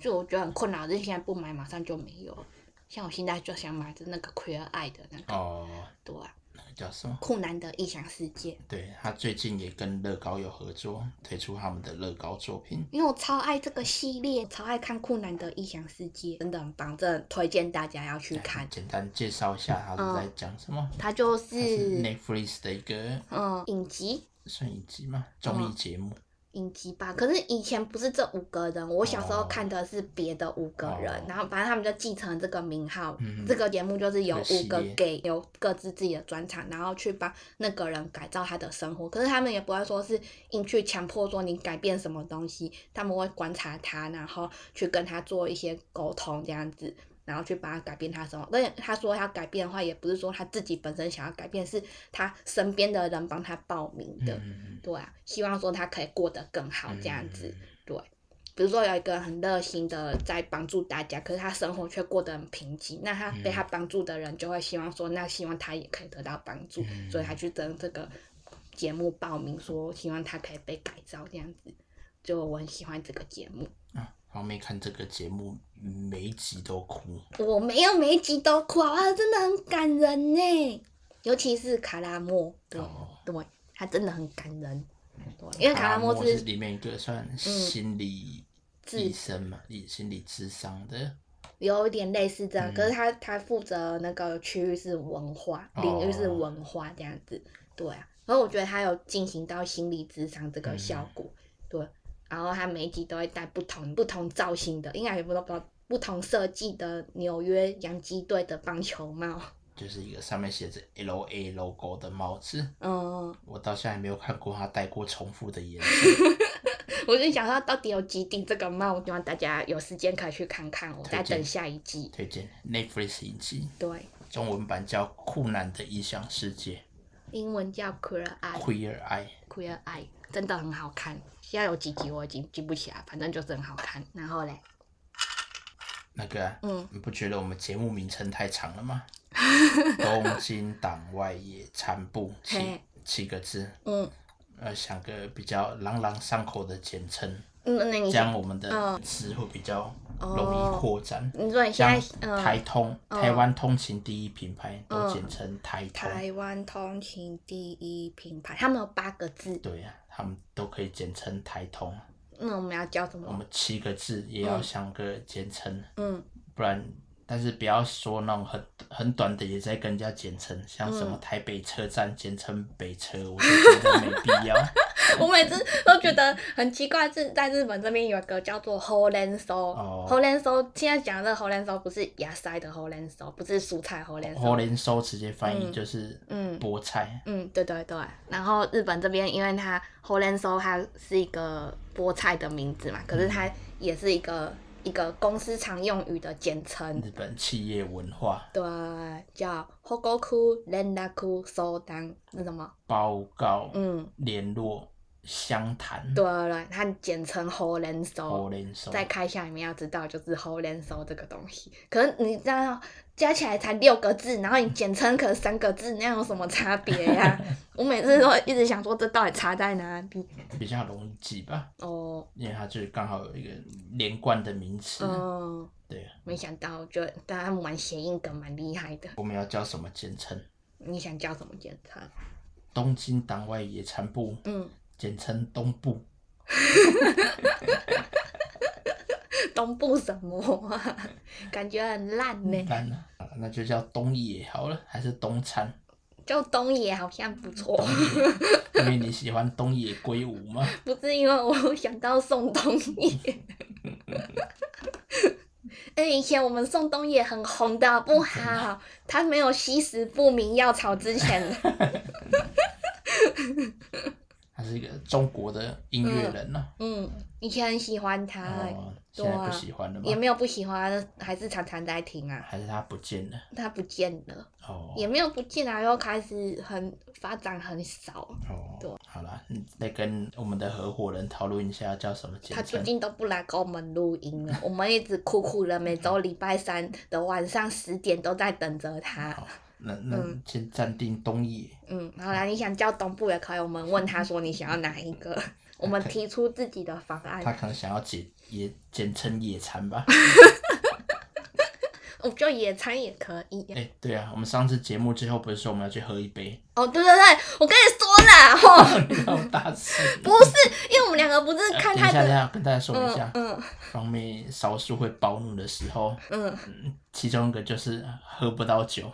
Speaker 2: 就我觉得很困扰，就是现在不买马上就没有了。像我现在就想买的那个 Queer Eye 的那个，
Speaker 1: 哦，
Speaker 2: 对啊，
Speaker 1: 那个叫什么？
Speaker 2: 酷男的异想世界，
Speaker 1: 对他最近也跟乐高有合作，推出他们的乐高作品。
Speaker 2: 因为我超爱这个系列，超爱看酷男的异想世界，真的很棒，真的很推荐大家要去看。嗯
Speaker 1: 简单介绍一下他是在讲什么？
Speaker 2: 它就
Speaker 1: 它是
Speaker 2: 是
Speaker 1: Netflix 的一个
Speaker 2: 嗯影集。
Speaker 1: 算影集
Speaker 2: 嗯
Speaker 1: 吗？综艺节目。
Speaker 2: 影集吧，可是以前不是这五个人，我小时候
Speaker 1: 哦
Speaker 2: 看的是别的五个人，
Speaker 1: 哦
Speaker 2: 然后反正他们就继承这个名号，
Speaker 1: 嗯
Speaker 2: 这个节目就是有
Speaker 1: 这
Speaker 2: 五
Speaker 1: 个系
Speaker 2: 个
Speaker 1: 列
Speaker 2: gay 有各自自己的专场，然后去帮那个人改造他的生活。可是他们也不会说是硬去强迫说你改变什么东西，他们会观察他，然后去跟他做一些沟通这样子。然后去帮他改变他的生活，而且他说要改变的话，也不是说他自己本身想要改变，是他身边的人帮他报名的。
Speaker 1: 嗯嗯嗯
Speaker 2: 对啊，希望说他可以过得更好这样子。
Speaker 1: 嗯
Speaker 2: 对，比如说有一个很热心的在帮助大家，可是他生活却过得很贫瘠，那他被他帮助的人就会希望说，那希望他也可以得到帮助，
Speaker 1: 嗯
Speaker 2: 所以他去跟这个节目报名说，希望他可以被改造这样子。就我很喜欢这个节目，
Speaker 1: 啊，好妹看这个节目，每一集都哭。
Speaker 2: 我没有每一集都哭啊，真的很感人呢。尤其是卡拉莫，对、
Speaker 1: 哦
Speaker 2: 对，他真的很感人。对，因为卡拉莫
Speaker 1: 是
Speaker 2: 是
Speaker 1: 里面一个算心理
Speaker 2: 自
Speaker 1: 医生嘛，理心理智商的。
Speaker 2: 有一点类似这样，
Speaker 1: 嗯
Speaker 2: 可是他他负责那个区域是文化，
Speaker 1: 哦
Speaker 2: 领域是文化这样子，对啊。然后我觉得他有进行到心理智商
Speaker 1: 嗯
Speaker 2: 这个效果，对。然后他每一集都会带不同不同造型的，应该也不都不不同设计的纽约洋基队的棒球 帽，
Speaker 1: 就是一个上面写着 L A logo 的帽子，
Speaker 2: 嗯，
Speaker 1: 我到现在没有看过他戴过重复的颜色。
Speaker 2: 我就想到到底有几顶这个帽，希望大家有时间可以去看看，我再
Speaker 1: 推荐
Speaker 2: 等下一季，
Speaker 1: 推荐 Netflix 影集，
Speaker 2: 对，
Speaker 1: 中文版叫《酷男的异想世界》
Speaker 2: 英文叫 Queer Eye。
Speaker 1: （Queer Eye）。
Speaker 2: Queer Eye 真的很好看，现在有几集我已经记不起来，反正就是很好看。然后嘞，
Speaker 1: 那个啊、
Speaker 2: 嗯，
Speaker 1: 你不觉得我们节目名称太长 了吗？东京党外野餐部七
Speaker 2: 嘿
Speaker 1: 七个字，
Speaker 2: 嗯
Speaker 1: 呃，想个比较朗朗上口的简称，
Speaker 2: 嗯，那
Speaker 1: 这
Speaker 2: 你
Speaker 1: 样我们的
Speaker 2: 嗯
Speaker 1: 词会比较容
Speaker 2: 哦
Speaker 1: 易扩展。
Speaker 2: 你说你现
Speaker 1: 像
Speaker 2: 在
Speaker 1: 台
Speaker 2: 嗯，
Speaker 1: 通、
Speaker 2: 嗯
Speaker 1: 台湾通勤第一品牌都
Speaker 2: 嗯
Speaker 1: 简称台通，
Speaker 2: 台湾通勤第一品牌，他们有八个字，
Speaker 1: 对呀、他们都可以简称台通。
Speaker 2: 那我们要叫什
Speaker 1: 我
Speaker 2: 么？
Speaker 1: 们七个字也要
Speaker 2: 嗯
Speaker 1: 想个简称，
Speaker 2: 嗯
Speaker 1: 不然，但是不要说那种很很短的，也在跟人家简称，像什么
Speaker 2: 嗯
Speaker 1: 台北车站简称北车，我就觉得没 必要。
Speaker 2: 我每次都觉得很奇怪，是在日本这边有一个叫做 h o l a n s o
Speaker 1: 哦
Speaker 2: h o l a n s o 现在讲的这个 h o l a n s o 不是芽塞的 h o l a n s o 不是蔬菜 h o l a n s
Speaker 1: 火
Speaker 2: o
Speaker 1: 莲收直接翻译
Speaker 2: 嗯
Speaker 1: 就是
Speaker 2: 嗯
Speaker 1: 菠菜，
Speaker 2: 嗯，对对对。然后日本这边，因为它 h o l a n s o 它是一个菠菜的名字嘛，可是它也是一个一个公司常用语的简称，
Speaker 1: 日本企业文化
Speaker 2: 对，叫 Hogoku Rendaku Sodan，是什么？
Speaker 1: 报告、
Speaker 2: 嗯，
Speaker 1: 联络、相谈。
Speaker 2: 对对对，它简称 h o l a n s
Speaker 1: 火
Speaker 2: o
Speaker 1: 莲收
Speaker 2: 在开箱里面要知道就是 h o l a n s o 这个东西，可是你这样加起来才六个字，然后你简称可能三个字，那样有什么差别呀、 我每次都一直想说，这到底差在哪里？
Speaker 1: 比较容易记吧，
Speaker 2: 哦。
Speaker 1: 因为它就是刚好有一个连贯的名词。
Speaker 2: 嗯，
Speaker 1: 对啊，
Speaker 2: 没想到，就大家玩谐音梗蛮厉害的。
Speaker 1: 我们要叫什么简称？
Speaker 2: 你想叫什么简称？
Speaker 1: 东京党外野餐部，
Speaker 2: 嗯，
Speaker 1: 简称东部。
Speaker 2: 东部什么、啊？ 感觉很烂呢。
Speaker 1: 难了、啊，那就叫东野好了，还是东餐？
Speaker 2: 叫东野好像不错
Speaker 1: 东，野，因为你喜欢东野圭吾吗？
Speaker 2: 不是因为我想到宋冬野。 哎，以前我们宋冬野很红的，好不好？他没有吸食不明药草之前，
Speaker 1: 他是一个中国的音乐人呢、
Speaker 2: 嗯，以前很喜欢他，
Speaker 1: 哦，
Speaker 2: 对
Speaker 1: 现在
Speaker 2: 啊
Speaker 1: 不喜欢了
Speaker 2: 也
Speaker 1: 吗？
Speaker 2: 没有不喜欢，还是常常在听啊。
Speaker 1: 还是他不见了？
Speaker 2: 他不见了。
Speaker 1: 哦
Speaker 2: 也没有不进来，又开始很发展很少。对
Speaker 1: 哦，好啦，你再跟我们的合伙人讨论一下叫什么简
Speaker 2: 他最
Speaker 1: 称。
Speaker 2: 近都不来跟我们录音 了，我们一直苦苦的，每周礼拜三的晚上十点都在等着他。
Speaker 1: 嗯好，那那先暂定东野，
Speaker 2: 嗯，好啦，你想叫东部也可以，我们问他说你想要哪一 个，
Speaker 1: 哎
Speaker 2: 我们提出自己的方
Speaker 1: 他
Speaker 2: 案。
Speaker 1: 可能想要简也简称野 餐吧。
Speaker 2: 哦我觉得野餐也可以。
Speaker 1: 哎、对啊，我们上次节目最后不是说我们要去喝 一杯，
Speaker 2: 哦，对对对，我跟你说啦，哦，
Speaker 1: 要大声。
Speaker 2: 不是，因为我们两个不是看他
Speaker 1: 哎等一下，等一
Speaker 2: 的，
Speaker 1: 下，跟大家说一下
Speaker 2: 嗯，嗯
Speaker 1: 方妹少数会暴怒的时候，
Speaker 2: 嗯，
Speaker 1: 其中一个就是喝不 到酒。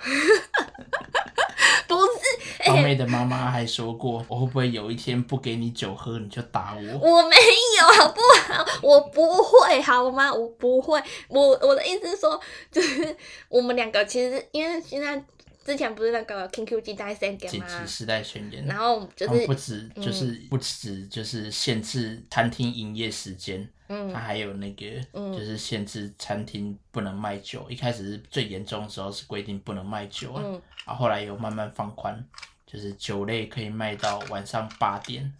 Speaker 2: 不是，
Speaker 1: 方妹的妈妈还说过，我会不会有一天不给你酒喝，你就打我？
Speaker 2: 我没有，好不好？我不会，好吗？我不会。我我的意思是说，就是我们两个其实因为现在之前不是那个 KQ 鸡蛋三给
Speaker 1: 紧
Speaker 2: 吗？
Speaker 1: 急时代宣言。
Speaker 2: 然后就
Speaker 1: 他们
Speaker 2: 是
Speaker 1: 哦
Speaker 2: 嗯
Speaker 1: 不止就是不止就是限制餐厅营业时间，
Speaker 2: 嗯
Speaker 1: 它还有那个
Speaker 2: 嗯
Speaker 1: 就是限制餐厅不能卖酒。一开始是最严重的时候是规定不能卖酒啊，
Speaker 2: 嗯
Speaker 1: 然后后来有慢慢放宽，就是酒类可以卖到晚上八点。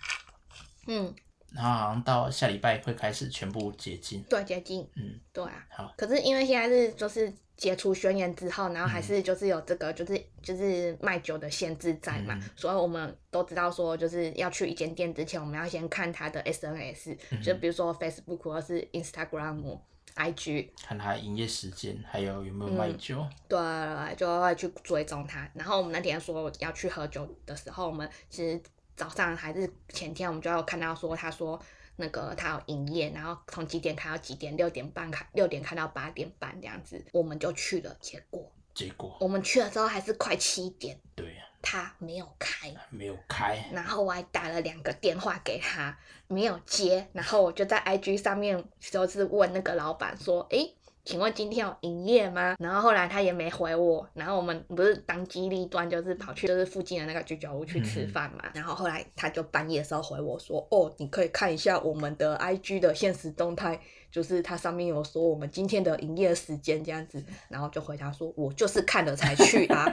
Speaker 2: 嗯，
Speaker 1: 然后好像到下礼拜会开始全部解禁。
Speaker 2: 对，解禁，
Speaker 1: 嗯，
Speaker 2: 对啊。
Speaker 1: 好，
Speaker 2: 可是因为现在是就是解除宣言之后，然后还
Speaker 1: 嗯
Speaker 2: 是就是有这个就是就是卖酒的限制在嘛，
Speaker 1: 嗯
Speaker 2: 所以我们都知道说就是要去一间店之前，我们要先看它的 SNS，、
Speaker 1: 嗯
Speaker 2: 就比如说 Facebook 或是 Instagram、IG，
Speaker 1: 看它营业时间，还有有没有
Speaker 2: 嗯
Speaker 1: 卖酒。
Speaker 2: 对，啊就会去追踪它。然后我们那天说要去喝酒的时候，我们其实早上还是前天，我们就有看到说，他说那个他有营业，然后从几点开到几点，六点半开，六点开到八点半这样子，我们就去了。结果
Speaker 1: 结果
Speaker 2: 我们去的时候还是快七点，
Speaker 1: 对，
Speaker 2: 他没有开。
Speaker 1: 没有开，
Speaker 2: 然后我还打了两个电话给他，没有接。然后我就在 IG 上面就是问那个老板说：“诶，请问今天有营业吗？”然后后来他也没回我。然后我们不是当机立断，就是跑去就是附近的那个居酒屋去吃饭嘛。然后后来他就半夜的时候回我说：“哦，你可以看一下我们的 IG 的现实动态，就是它上面有说我们今天的营业时间这样子。”然后就回答说：“我就是看了才去啊。”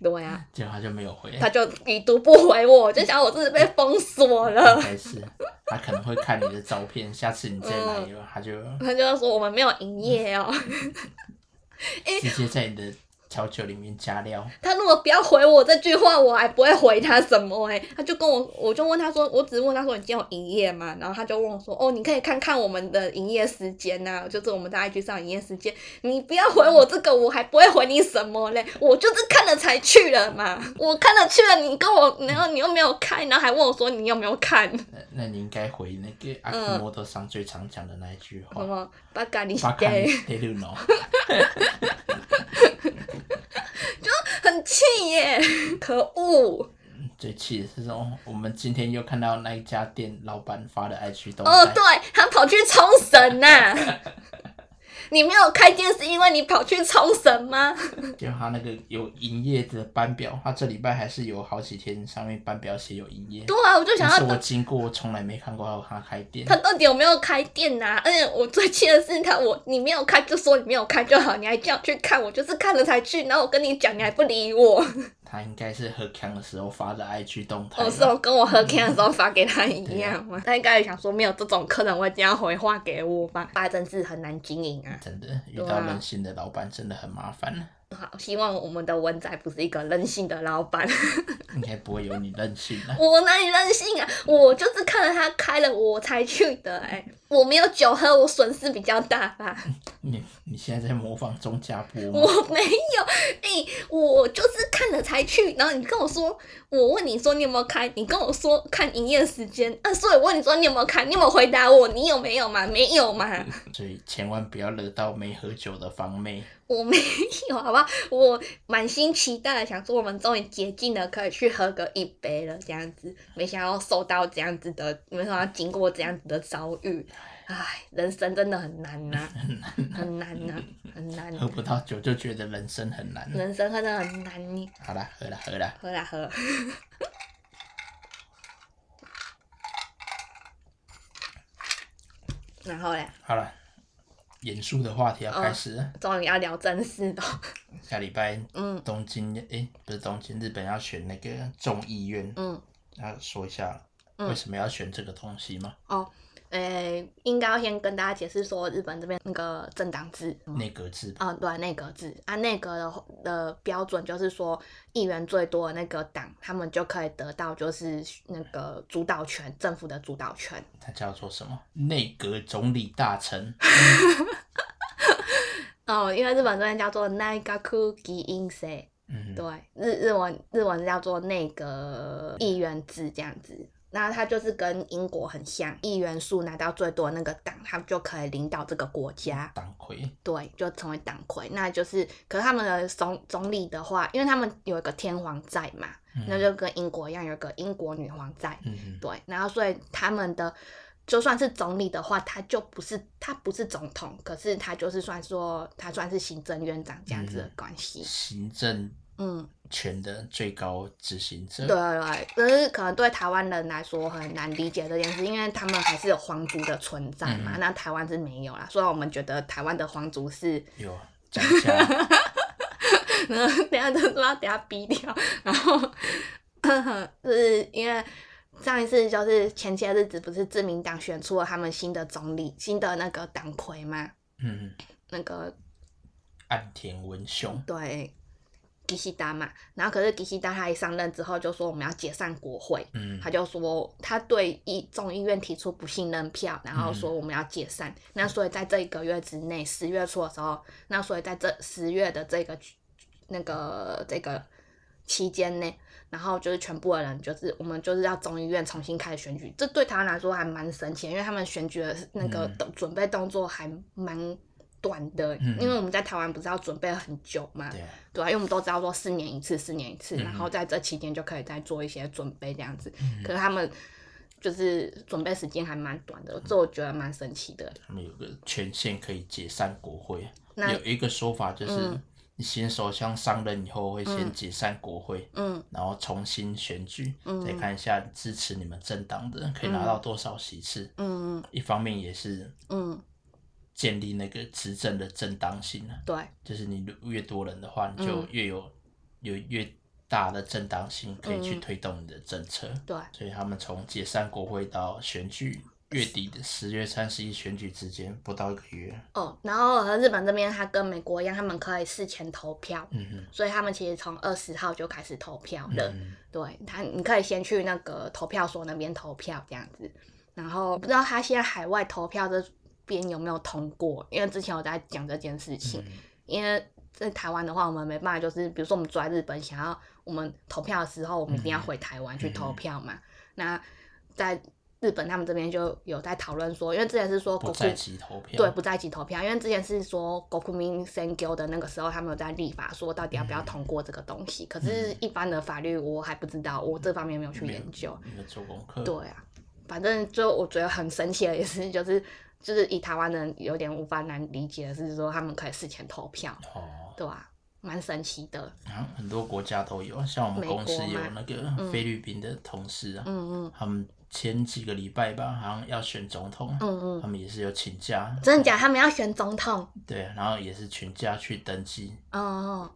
Speaker 2: 对呀、啊。
Speaker 1: 结果他就没有回。
Speaker 2: 他就已读不回我，我就想我真是被封锁
Speaker 1: 应
Speaker 2: 了。
Speaker 1: 该是，他可能会看你的照片，下次你再来了，
Speaker 2: 嗯
Speaker 1: 他就
Speaker 2: 他就说我们没有营业哦。
Speaker 1: 直接在你的调酒里面加料。
Speaker 2: 他如果不要回我这句话，我还不会回他什么哎、他就跟我，我就问他说，我只是问他说你今天有营业吗？然后他就问我说，哦，你可以看看我们的营业时间呐、就是我们在 IG 上营业时间。你不要回我这个，我还不会回你什么嘞，我就是看了才去了嘛，我看了去了，你跟我，然后你又没有看，然后还问我说你有没有看
Speaker 1: 那那你应该回那个阿
Speaker 2: 嗯
Speaker 1: 克摩多上最常讲的那一句话
Speaker 2: 什。么巴嘎你
Speaker 1: 巴卡
Speaker 2: 给。
Speaker 1: 雷鲁诺，
Speaker 2: 很气耶！ 可恶！
Speaker 1: 最气的是说，我们今天又看到那一家店老板发的 IG 动
Speaker 2: 哦，
Speaker 1: 态
Speaker 2: 对，他跑去冲绳呐、 你没有开店是因为你跑去冲绳 吗？
Speaker 1: 就他那个有营业的班表，他这礼拜还是有好几天上面班表写有营业。
Speaker 2: 对啊，我就想
Speaker 1: 但是我
Speaker 2: 要
Speaker 1: 经过，我从来没看过他开店
Speaker 2: 他。到底有没有开店呐、而且我最气的是他，我你没有开就说你没有开就好，你还这样去看，我就是看了才去，然后我跟你讲，你还不理我。
Speaker 1: 他应该是喝康的时候发的 IG 动态吧。
Speaker 2: 我哦是我跟我喝 K 的时候发给他一样吗？他应该也想说没有这种客人会这样回话给我吧？发真是很难经营啊！
Speaker 1: 真的遇到任性的老板真的很麻烦，
Speaker 2: 好，希望我们的文仔不是一个任性的老板。。
Speaker 1: 应该不会有你任性的
Speaker 2: 我哪里任性啊？我就是看了他开了我才去的、哎，我没有酒喝，我损失比较大吧？
Speaker 1: 你你现在在模仿钟家波吗？
Speaker 2: 我没有，哎、我就是看了才去。然后你跟我说，我问你说你有没有开，你跟我说看营业时间，啊，所以我问你说你有没有开，你有没有回答我？你有没有嘛？没有嘛？
Speaker 1: 所以千万不要惹到没喝酒的房妹。
Speaker 2: 我没有，好吧？我满心期待的想说，我们终于解禁了，可以去喝个一杯了，这样子。没想到受到这样子的，没想到经过这样子的遭遇，唉，人生真的很难呐、很难呐、很难、
Speaker 1: 喝不到酒就觉得人生很难。
Speaker 2: 人生真的很难呢。
Speaker 1: 好啦，喝啦喝啦，
Speaker 2: 喝啦喝， 然后嘞，
Speaker 1: 好啦，严肃的话题要
Speaker 2: 嗯
Speaker 1: 开始了。
Speaker 2: 终于要聊正事了。
Speaker 1: 下礼拜
Speaker 2: 嗯
Speaker 1: 东京，诶，不是东京，日本要选那个众议院，
Speaker 2: 嗯。
Speaker 1: 要说一下
Speaker 2: 嗯
Speaker 1: 为什么要选这个东西吗？
Speaker 2: 哦，诶，应该要先跟大家解释说，日本这边那个政党制，嗯
Speaker 1: 内阁制
Speaker 2: 啊、对，内阁制啊，内阁的话的标准就是说，议员最多的那个党，他们就可以得到就是那个主导权，政府的主导权。
Speaker 1: 它叫做什么？内阁总理大臣。
Speaker 2: 哦，因为日本这边叫做内阁议員制，
Speaker 1: 嗯，
Speaker 2: 对，日日文日文叫做内阁议员制这样子。那它就是跟英国很像，议员数拿到最多的那个党，他就可以领导这个国家。
Speaker 1: 党魁。
Speaker 2: 对，就成为党魁，那就是，可是他们的总总理的话，因为他们有一个天皇在嘛，
Speaker 1: 嗯
Speaker 2: 那就跟英国一样，有一个英国女皇在，
Speaker 1: 嗯，
Speaker 2: 对，然后所以他们的就算是总理的话，他就不是他不是总统，可是他就是算说他算是行政院长这样
Speaker 1: 嗯
Speaker 2: 子的关系，
Speaker 1: 行政
Speaker 2: 嗯，
Speaker 1: 权的最高执行者。
Speaker 2: 对对对，可是可能对台湾人来说很难理解这件事，因为他们还是有皇族的存在嘛，
Speaker 1: 嗯
Speaker 2: 那台湾是没有啦，虽然我们觉得台湾的皇族是。
Speaker 1: 有讲一 下，
Speaker 2: 然后等一下都说要等一下逼掉，然后嗯就是因为上一次就是前些日子，不是自民党选出了他们新的总理、新的那个党魁嘛？
Speaker 1: 嗯，
Speaker 2: 那个
Speaker 1: 岸田文雄，
Speaker 2: 对，吉西达嘛。然后可是吉西达他一上任之后就说我们要解散国会，
Speaker 1: 嗯
Speaker 2: 他就说他对议众议院提出不信任票，然后
Speaker 1: 嗯
Speaker 2: 说我们要解散。那所以在这一个月之内，十月初的时候，那所以在这十月的这个那个这个期间内，然后就是全部的人就是我们就是要众议院重新开始选举，这对他们来说还蛮神奇的，因为他们选举的那个
Speaker 1: 嗯
Speaker 2: 动准备动作还蛮。短的
Speaker 1: 嗯，
Speaker 2: 因为我们在台湾不是要准备很久嘛，
Speaker 1: 对啊，
Speaker 2: 对啊，因为我们都知道说四年一次，四年一次，
Speaker 1: 嗯
Speaker 2: 然后在这期间就可以再做一些准备这样子。
Speaker 1: 嗯
Speaker 2: 可是他们就是准备时间还蛮短的，这我觉得蛮神奇的。
Speaker 1: 他们有个权限可以解散国会。
Speaker 2: 那
Speaker 1: 有一个说法就是
Speaker 2: 嗯，
Speaker 1: 你新首相上任以后会先解散国会，
Speaker 2: 嗯
Speaker 1: 然后重新选举，
Speaker 2: 嗯
Speaker 1: 再看一下支持你们政党的人可以拿到多少席次。
Speaker 2: 嗯
Speaker 1: 一方面也是
Speaker 2: 嗯，
Speaker 1: 建立那个执政的正当性啊，
Speaker 2: 对，
Speaker 1: 就是你如越多人的话，你就
Speaker 2: 嗯
Speaker 1: 越有、有越大的正当性可以去
Speaker 2: 嗯
Speaker 1: 推动你的政策。
Speaker 2: 对
Speaker 1: 所以他们从解散国会到选举月底的十月三十一选举之间不到一个月，
Speaker 2: 哦。然后和日本这边，它跟美国一样，他们可以事前投票，
Speaker 1: 嗯哼，
Speaker 2: 所以他们其实从二十号就开始投票了。
Speaker 1: 嗯
Speaker 2: 对他，你可以先去那个投票所那边投票这样子，然后不知道他现在海外投票这边有没有通过，因为之前我在讲这件事情，
Speaker 1: 嗯
Speaker 2: 因为在台湾的话，我们没办法，就是比如说我们住在日本，想要我们投票的时候，我们一定要回台湾去投票嘛。那在日本他们这边就有在讨论说，因为之前是说
Speaker 1: 不
Speaker 2: 国
Speaker 1: 在籍投票，
Speaker 2: 对，不在一起投票，因为之前是说国民生丢的那个时候，他们有在立法说到底要不要通过这个东西，可是
Speaker 1: 嗯
Speaker 2: 一般的法律我还不知道，我这方面没有去
Speaker 1: 没有
Speaker 2: 研究。
Speaker 1: 没有做功课，
Speaker 2: 对啊，反正就我觉得很神奇的也是，就是就是以台湾人有点无法难理解的是说他们可以事前投票，
Speaker 1: 哦，
Speaker 2: 对啊，蛮神奇的。
Speaker 1: 然后很多国家都有，像我们
Speaker 2: 美国
Speaker 1: 公司有
Speaker 2: 嘛嗯
Speaker 1: 那个菲律宾的同事啊，
Speaker 2: 嗯嗯
Speaker 1: 他们前几个礼拜吧，好像要选总统，
Speaker 2: 嗯嗯，
Speaker 1: 他们也是有请假，
Speaker 2: 真的假的？他们要选总统？
Speaker 1: 对，然后也是请假去登记。
Speaker 2: 哦哦，哦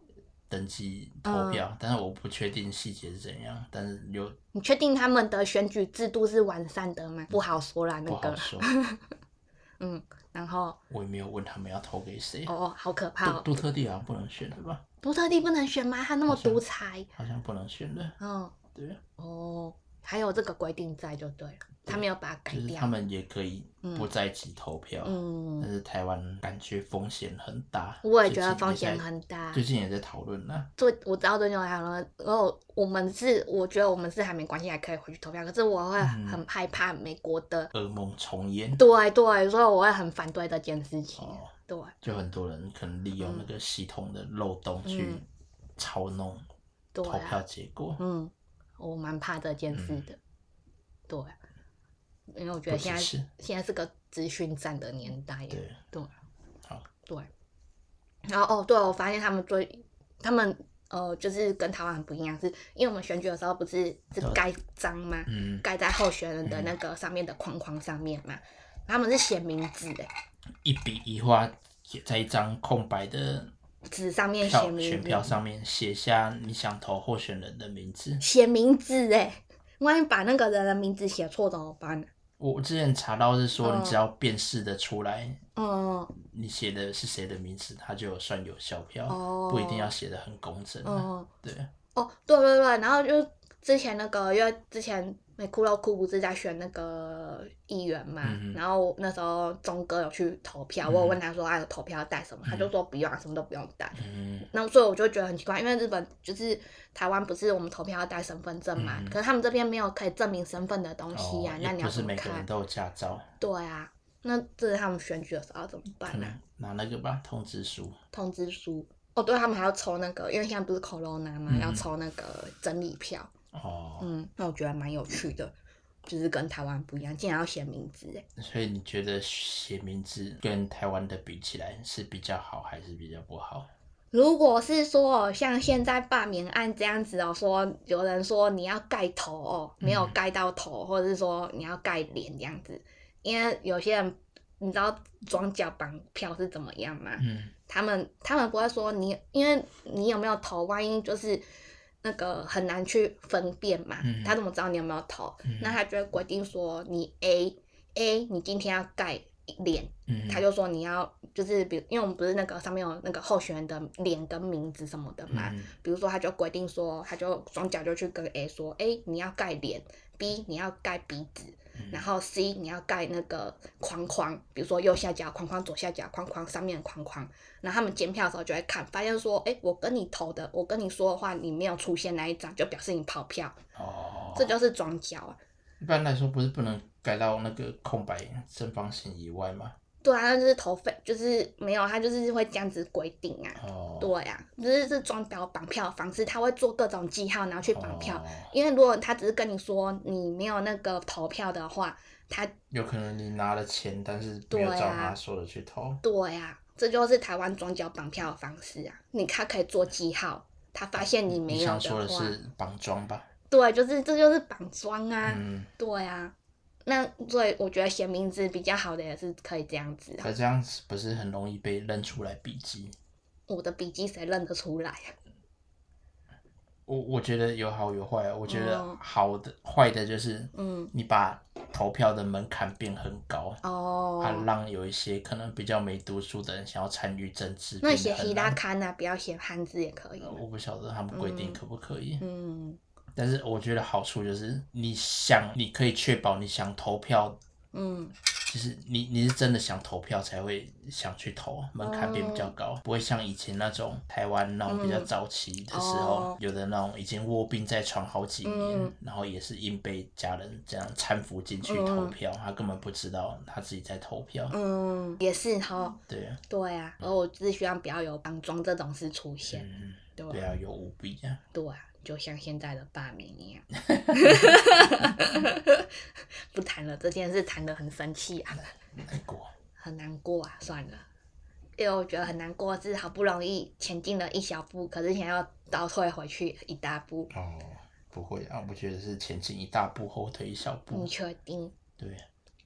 Speaker 1: 登记
Speaker 2: 嗯
Speaker 1: 投票，但是我不确定细节是怎样，但是有
Speaker 2: 你确定他们的选举制度是完善的吗？不好说啦，那
Speaker 1: 不好
Speaker 2: 个。 嗯
Speaker 1: 说，
Speaker 2: 然后
Speaker 1: 我也没有问他们要投给谁。
Speaker 2: 哦，好可怕
Speaker 1: 杜
Speaker 2: 哦！
Speaker 1: 杜特地好像不能选的吧？
Speaker 2: 独特地不能选吗？他那么独裁，
Speaker 1: 好像不能选的，
Speaker 2: 嗯，
Speaker 1: 对，
Speaker 2: 哦，还有这个规定在就对了，他没有把它改
Speaker 1: 就是
Speaker 2: 掉
Speaker 1: 他。们呃也可以
Speaker 2: 嗯
Speaker 1: 不在籍投票，但
Speaker 2: 嗯，
Speaker 1: 是台湾感觉风险很大。
Speaker 2: 我也觉
Speaker 1: 最
Speaker 2: 得
Speaker 1: 近
Speaker 2: 风险
Speaker 1: 在
Speaker 2: 很大
Speaker 1: 最。近也在讨论呢，
Speaker 2: 最我知道最近有讨论，然后我们是我觉得我们是还没关系，还可以回去投票，可是我会
Speaker 1: 嗯
Speaker 2: 很害怕美国的，
Speaker 1: 噩梦重演。
Speaker 2: 对对，所以我会很反对这件事情。
Speaker 1: 哦，
Speaker 2: 对，
Speaker 1: 就很多人可能利用那个系统的漏洞去
Speaker 2: 嗯
Speaker 1: 操弄
Speaker 2: 对
Speaker 1: 投票
Speaker 2: 啊，
Speaker 1: 结果，
Speaker 2: 嗯，我蛮怕这件事的。对啊，因为我觉
Speaker 1: 嗯不
Speaker 2: 得现在
Speaker 1: 只是
Speaker 2: 现在是个资讯战的年代。
Speaker 1: 对
Speaker 2: 对
Speaker 1: 好，
Speaker 2: 对。然后哦，对，我发现他们最，他们呃，就是跟台湾很不一样，是因为我们选举的时候不是是
Speaker 1: 对
Speaker 2: 盖章吗？
Speaker 1: 嗯，
Speaker 2: 盖在候选人的那个上面的框框上面嘛。他们是写名字的，
Speaker 1: 一笔一画写在一张空白的
Speaker 2: 纸上面写
Speaker 1: 票
Speaker 2: 名
Speaker 1: 选
Speaker 2: 字，
Speaker 1: 票上面写下你想投候选人的名字。
Speaker 2: 写名字哎，万一把那个人的名字写错怎么办呢？
Speaker 1: 我之前查到是说，
Speaker 2: 嗯
Speaker 1: 你只要辨识的出来，
Speaker 2: 哦、
Speaker 1: 你写的是谁的名字，它就有算有效票，
Speaker 2: 哦
Speaker 1: 不一定要写的很工整、
Speaker 2: 哦、
Speaker 1: 啊。对，
Speaker 2: 哦，对对对，然后就之前那个，因为之前美库洛库不是在选那个议员嘛，
Speaker 1: 嗯嗯
Speaker 2: 然后那时候钟哥有去投票，
Speaker 1: 嗯
Speaker 2: 我有问他说他有投票要带什么，他就
Speaker 1: 嗯
Speaker 2: 说不用啊，什么都不用带。
Speaker 1: 嗯，
Speaker 2: 那所以我就觉得很奇怪，因为日本就是台湾不是我们投票要带身份证嘛，
Speaker 1: 嗯嗯
Speaker 2: 可是他们这边没有可以证明身份的东西呀、
Speaker 1: 哦，
Speaker 2: 那
Speaker 1: 也
Speaker 2: 你
Speaker 1: 不
Speaker 2: 要
Speaker 1: 是
Speaker 2: 怎么
Speaker 1: 每个人
Speaker 2: 看？
Speaker 1: 都有驾照，
Speaker 2: 对啊，那这是他们选举的时候要怎么
Speaker 1: 可
Speaker 2: 办呢、啊
Speaker 1: 能拿那个吧，通知书。
Speaker 2: 通知书。哦，对他们还要抽那个，因为现在不是 corona 嘛，
Speaker 1: 嗯嗯
Speaker 2: 要抽那个整理票。
Speaker 1: 哦，
Speaker 2: 嗯，那我觉得蛮有趣的，就是跟台湾不一样，竟然要写名字哎。
Speaker 1: 所以你觉得写名字跟台湾的比起来是比较好还是比较不好？
Speaker 2: 如果是说哦像现在罢免案这样子哦，说有人说你要盖头哦，没有
Speaker 1: 嗯
Speaker 2: 盖到头，或者是说你要盖脸这样子，因为有些人你知道装脚绑票是怎么样吗？
Speaker 1: 嗯，
Speaker 2: 他们他们不会说你，因为你有没有投，万一就是那个很难去分辨嘛，
Speaker 1: 嗯
Speaker 2: 他怎么知道你有没有投？
Speaker 1: 嗯
Speaker 2: 那他就会规定说你 A A 你今天要盖脸，
Speaker 1: 嗯，
Speaker 2: 他就说你要就是比如因为我们不是那个上面有那个候选人的脸跟名字什么的嘛，
Speaker 1: 嗯
Speaker 2: 比如说他就规定说他就双脚就去跟 A 说，A 你要盖脸，B 你要盖鼻子，
Speaker 1: 嗯
Speaker 2: 然后 C 你要盖那个框框，比如说右下角框框、左下角框框、上面的框框。然后他们监票的时候就会看，发现说，哎，我跟你投的，我跟你说的话，你没有出现那一张，就表示你跑票，
Speaker 1: 哦，
Speaker 2: 这就是装脚啊。
Speaker 1: 一般来说不是不能改到那个空白正方形以外吗？
Speaker 2: 对啊，那就是投废，就是没有，他就是会这样子规定啊。
Speaker 1: 哦，
Speaker 2: 对啊，就是是装裱绑票的方式，他会做各种记号，然后去绑票。
Speaker 1: 哦
Speaker 2: 因为如果他只是跟你说你没有那个投票的话，他
Speaker 1: 有可能你拿了钱，但是没有
Speaker 2: 对啊
Speaker 1: 照他说的去投。
Speaker 2: 对呀、这就是台湾装脚绑票的方式啊！你看可以做记号，他发现你没
Speaker 1: 你
Speaker 2: 有
Speaker 1: 想说
Speaker 2: 的
Speaker 1: 的
Speaker 2: 话，
Speaker 1: 是绑桩吧？
Speaker 2: 对，就是这就是绑桩啊，
Speaker 1: 嗯，
Speaker 2: 对啊。那所以我觉得写名字比较好的也是可以这样子啊、
Speaker 1: 可这样子不是很容易被认出来笔迹？
Speaker 2: 我的笔记谁认得出来啊？
Speaker 1: 我我觉得有好有坏啊。我觉得
Speaker 2: 哦
Speaker 1: 好的坏的就是，
Speaker 2: 嗯，
Speaker 1: 你把投票的门槛变很高，
Speaker 2: 哦，
Speaker 1: 啊，让有一些可能比较没读书的人想要参与政治，
Speaker 2: 那你
Speaker 1: 变得
Speaker 2: 写
Speaker 1: 很
Speaker 2: 希拉
Speaker 1: 难
Speaker 2: 卡啊，不要写汉字也可以
Speaker 1: 呃
Speaker 2: 嘛。
Speaker 1: 我不晓得他们规定
Speaker 2: 嗯
Speaker 1: 可不可以，
Speaker 2: 嗯
Speaker 1: 但是我觉得好处就是你想，你可以确保你想投票，
Speaker 2: 嗯，
Speaker 1: 就是你你是真的想投票才会想去投，啊门槛变比较高，不会像以前那种台湾那种比较
Speaker 2: 哦嗯
Speaker 1: 早期的时候，
Speaker 2: 哦
Speaker 1: 有的那种已经卧病在床好几年，
Speaker 2: 嗯
Speaker 1: 然后也是因被家人这样搀扶进去
Speaker 2: 嗯
Speaker 1: 投票，他根本不知道他自己在投票，
Speaker 2: 嗯，也是哈，
Speaker 1: 对啊，
Speaker 2: 对啊。而我只是希望不要有绑桩这种事出现，
Speaker 1: 嗯，
Speaker 2: 对吧
Speaker 1: 对啊，有舞弊啊，
Speaker 2: 对啊，就像现在的罢免一样。 不谈了，这件事谈得很生气啊，
Speaker 1: 难过，
Speaker 2: 很难过啊，算了。因为我觉得很难过，是好不容易前进了一小步，可是想要倒退回去一大步。
Speaker 1: 哦，不会啊，我觉得是前进一大步，后退一小步，
Speaker 2: 你确定？
Speaker 1: 对啊。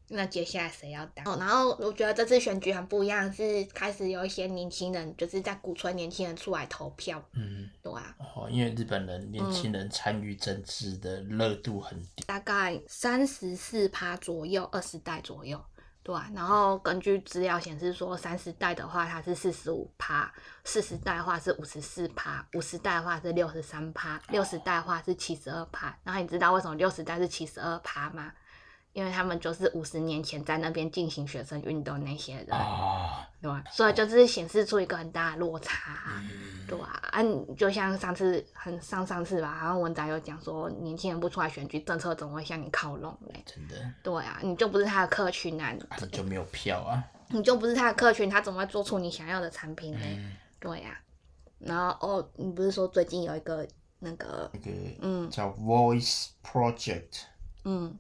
Speaker 2: 那接下来谁要当？哦，然后我觉得这次选举很不一样，是开始有一些年轻人，就是在鼓吹年轻人出来投票，
Speaker 1: 嗯，
Speaker 2: 对啊，
Speaker 1: 哦，因为日本人年
Speaker 2: 嗯
Speaker 1: 轻人参与政治的热度很低，
Speaker 2: 大概三十四趴左右，二十代左右，对啊。然后根据资料显示说，三十代的话它是四十五趴，四十代的话是五十四趴，五十代的话是六十三趴，六十代的话是七十二趴。然后你知道为什么六十代是七十二趴吗？因为他们就是五十年前在那边进行学生运动那些人，
Speaker 1: 啊，
Speaker 2: 对吧？所以就是显示出一个很大的落差。
Speaker 1: 嗯
Speaker 2: 对啊，啊，你就像上次很上上次吧，然后文仔有讲说，年轻人不出来选举，政策总会向你靠拢嘞。
Speaker 1: 真的，
Speaker 2: 对啊，你就不是他的客群啊，
Speaker 1: 啊、你就没有票啊，
Speaker 2: 你就不是他的客群，他怎么会做出你想要的产品嘞？
Speaker 1: 嗯，
Speaker 2: 对啊，然后哦，你不是说最近有一个那个，
Speaker 1: 那个
Speaker 2: 嗯
Speaker 1: 叫 Voice Project，
Speaker 2: 嗯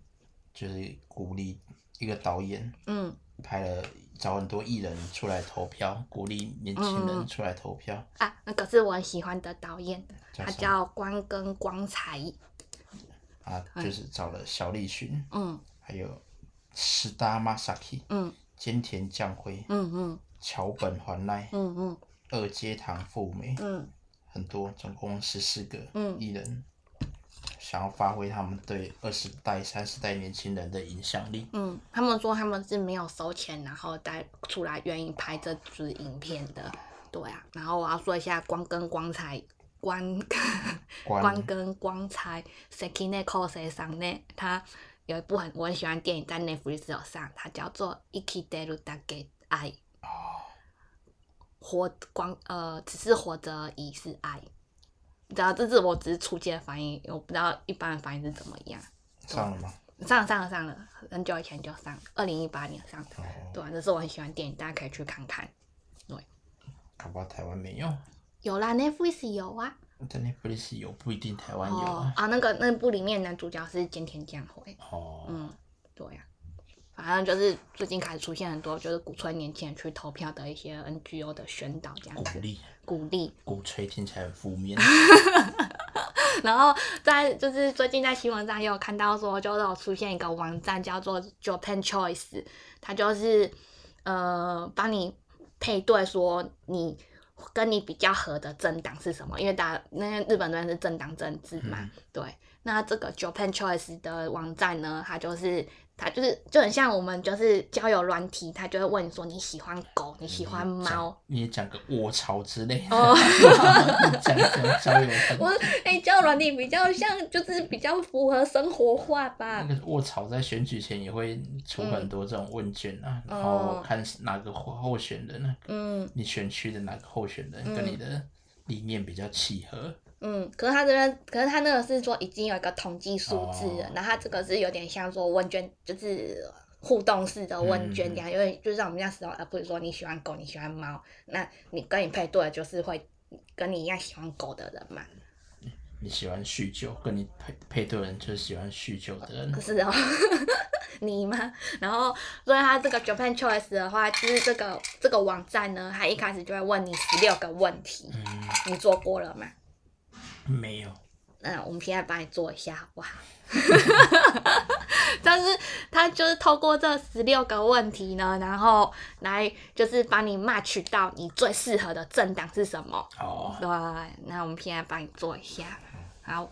Speaker 1: 就是鼓励一个导演
Speaker 2: 嗯，
Speaker 1: 拍了找很多艺人出来投票，鼓励年轻
Speaker 2: 嗯
Speaker 1: 人
Speaker 2: 嗯
Speaker 1: 出来投票，
Speaker 2: 啊，那个是我很喜欢的导演，
Speaker 1: 叫
Speaker 2: 嗯他
Speaker 1: 什么
Speaker 2: 叫关根光才，
Speaker 1: 啊，就是找了小栗旬，
Speaker 2: 嗯
Speaker 1: 还有石大 Masaki、
Speaker 2: 嗯
Speaker 1: 菅田将晖、
Speaker 2: 嗯嗯
Speaker 1: 桥本环奈、
Speaker 2: 嗯嗯
Speaker 1: 二阶堂富美，
Speaker 2: 嗯
Speaker 1: 很多，总共十四个
Speaker 2: 嗯
Speaker 1: 艺人，想要发挥他们对二十代、三十代年轻人的影响力。
Speaker 2: 嗯，他们说他们是没有收钱，然后再出来愿意拍这支影片的，对啊。然后我要说一下光跟光彩，光
Speaker 1: 关
Speaker 2: 光跟光彩 Seki ne ko se 上呢，他有一部很我很喜欢的电影在 Netflix 有上，它叫做《Iki Deru d a g e 爱
Speaker 1: 哦，
Speaker 2: 活光呃，只是活着而已是爱。你知道，这是我只是初阶的翻译，我不知道一般的翻译是怎么样。
Speaker 1: 上了吗？
Speaker 2: 上了上了上了，很久以前就上了，二零一八年上的。
Speaker 1: 哦，
Speaker 2: 对啊，这是我很喜欢的电影，大家可以去看看。
Speaker 1: 搞不好台湾没有，
Speaker 2: 有啦，Netflix 有啊。
Speaker 1: 但 Netflix 有不一定台湾有
Speaker 2: 哦
Speaker 1: 啊。
Speaker 2: 啊，那个那部里面男主角是菅田将晖。
Speaker 1: 哦，
Speaker 2: 嗯，对呀、啊，反正就是最近开始出现很多就是鼓吹年轻人去投票的一些 NGO 的宣导这样
Speaker 1: 鼓
Speaker 2: 子
Speaker 1: 励
Speaker 2: 鼓励。
Speaker 1: 鼓吹听起来很负面。
Speaker 2: 然后在就是最近在新闻上也有看到说，就是有出现一个网站叫做 Japan Choice，它就是呃帮你配对说你跟你比较合的政党是什么，因为大那些日本那边是政党政治嘛，
Speaker 1: 嗯
Speaker 2: 对。那这个 Japan Choice 的网站呢，它就是它就是就很像我们就是交友软体，它就会问你说你喜欢狗，你喜欢
Speaker 1: 你也
Speaker 2: 猫
Speaker 1: 讲，，你也讲个卧槽之类的，
Speaker 2: 哦
Speaker 1: 讲讲交友软
Speaker 2: 我哎、交友软体比较像就是比较符合生活化吧
Speaker 1: 那。个卧槽在选举前也会出很多这种问卷啊，
Speaker 2: 嗯
Speaker 1: 然后看哪个候候选人啊，
Speaker 2: 嗯
Speaker 1: 你选区的哪个候选人啊
Speaker 2: 嗯
Speaker 1: 跟你的理念比较契合，
Speaker 2: 嗯，可是他这边，可是他那个是说已经有一个统计数字了，
Speaker 1: 哦
Speaker 2: 然后他这个是有点像说问卷，就是互动式的问卷
Speaker 1: 嗯
Speaker 2: 这样，因为就是让我们这样思考，啊而不是说你喜欢狗，你喜欢猫，那你跟你配对的就是会跟你一样喜欢狗的人嘛，
Speaker 1: 你喜欢酗酒，跟你配配对的人就是喜欢酗酒的人
Speaker 2: 可，是哦， 你吗？然后，所以他这个 Japan Choice 的话，就是这个这个网站呢，他一开始就会问你十六个问题，
Speaker 1: 嗯，
Speaker 2: 你做过了吗？
Speaker 1: 没有，
Speaker 2: 嗯，我们现在帮你做一下好不好？ 但是他就是透过这十六个问题呢，然后来就是帮你 match 到你最适合的政党是什么。
Speaker 1: 哦，
Speaker 2: 对，那我们现在帮你做一下。好，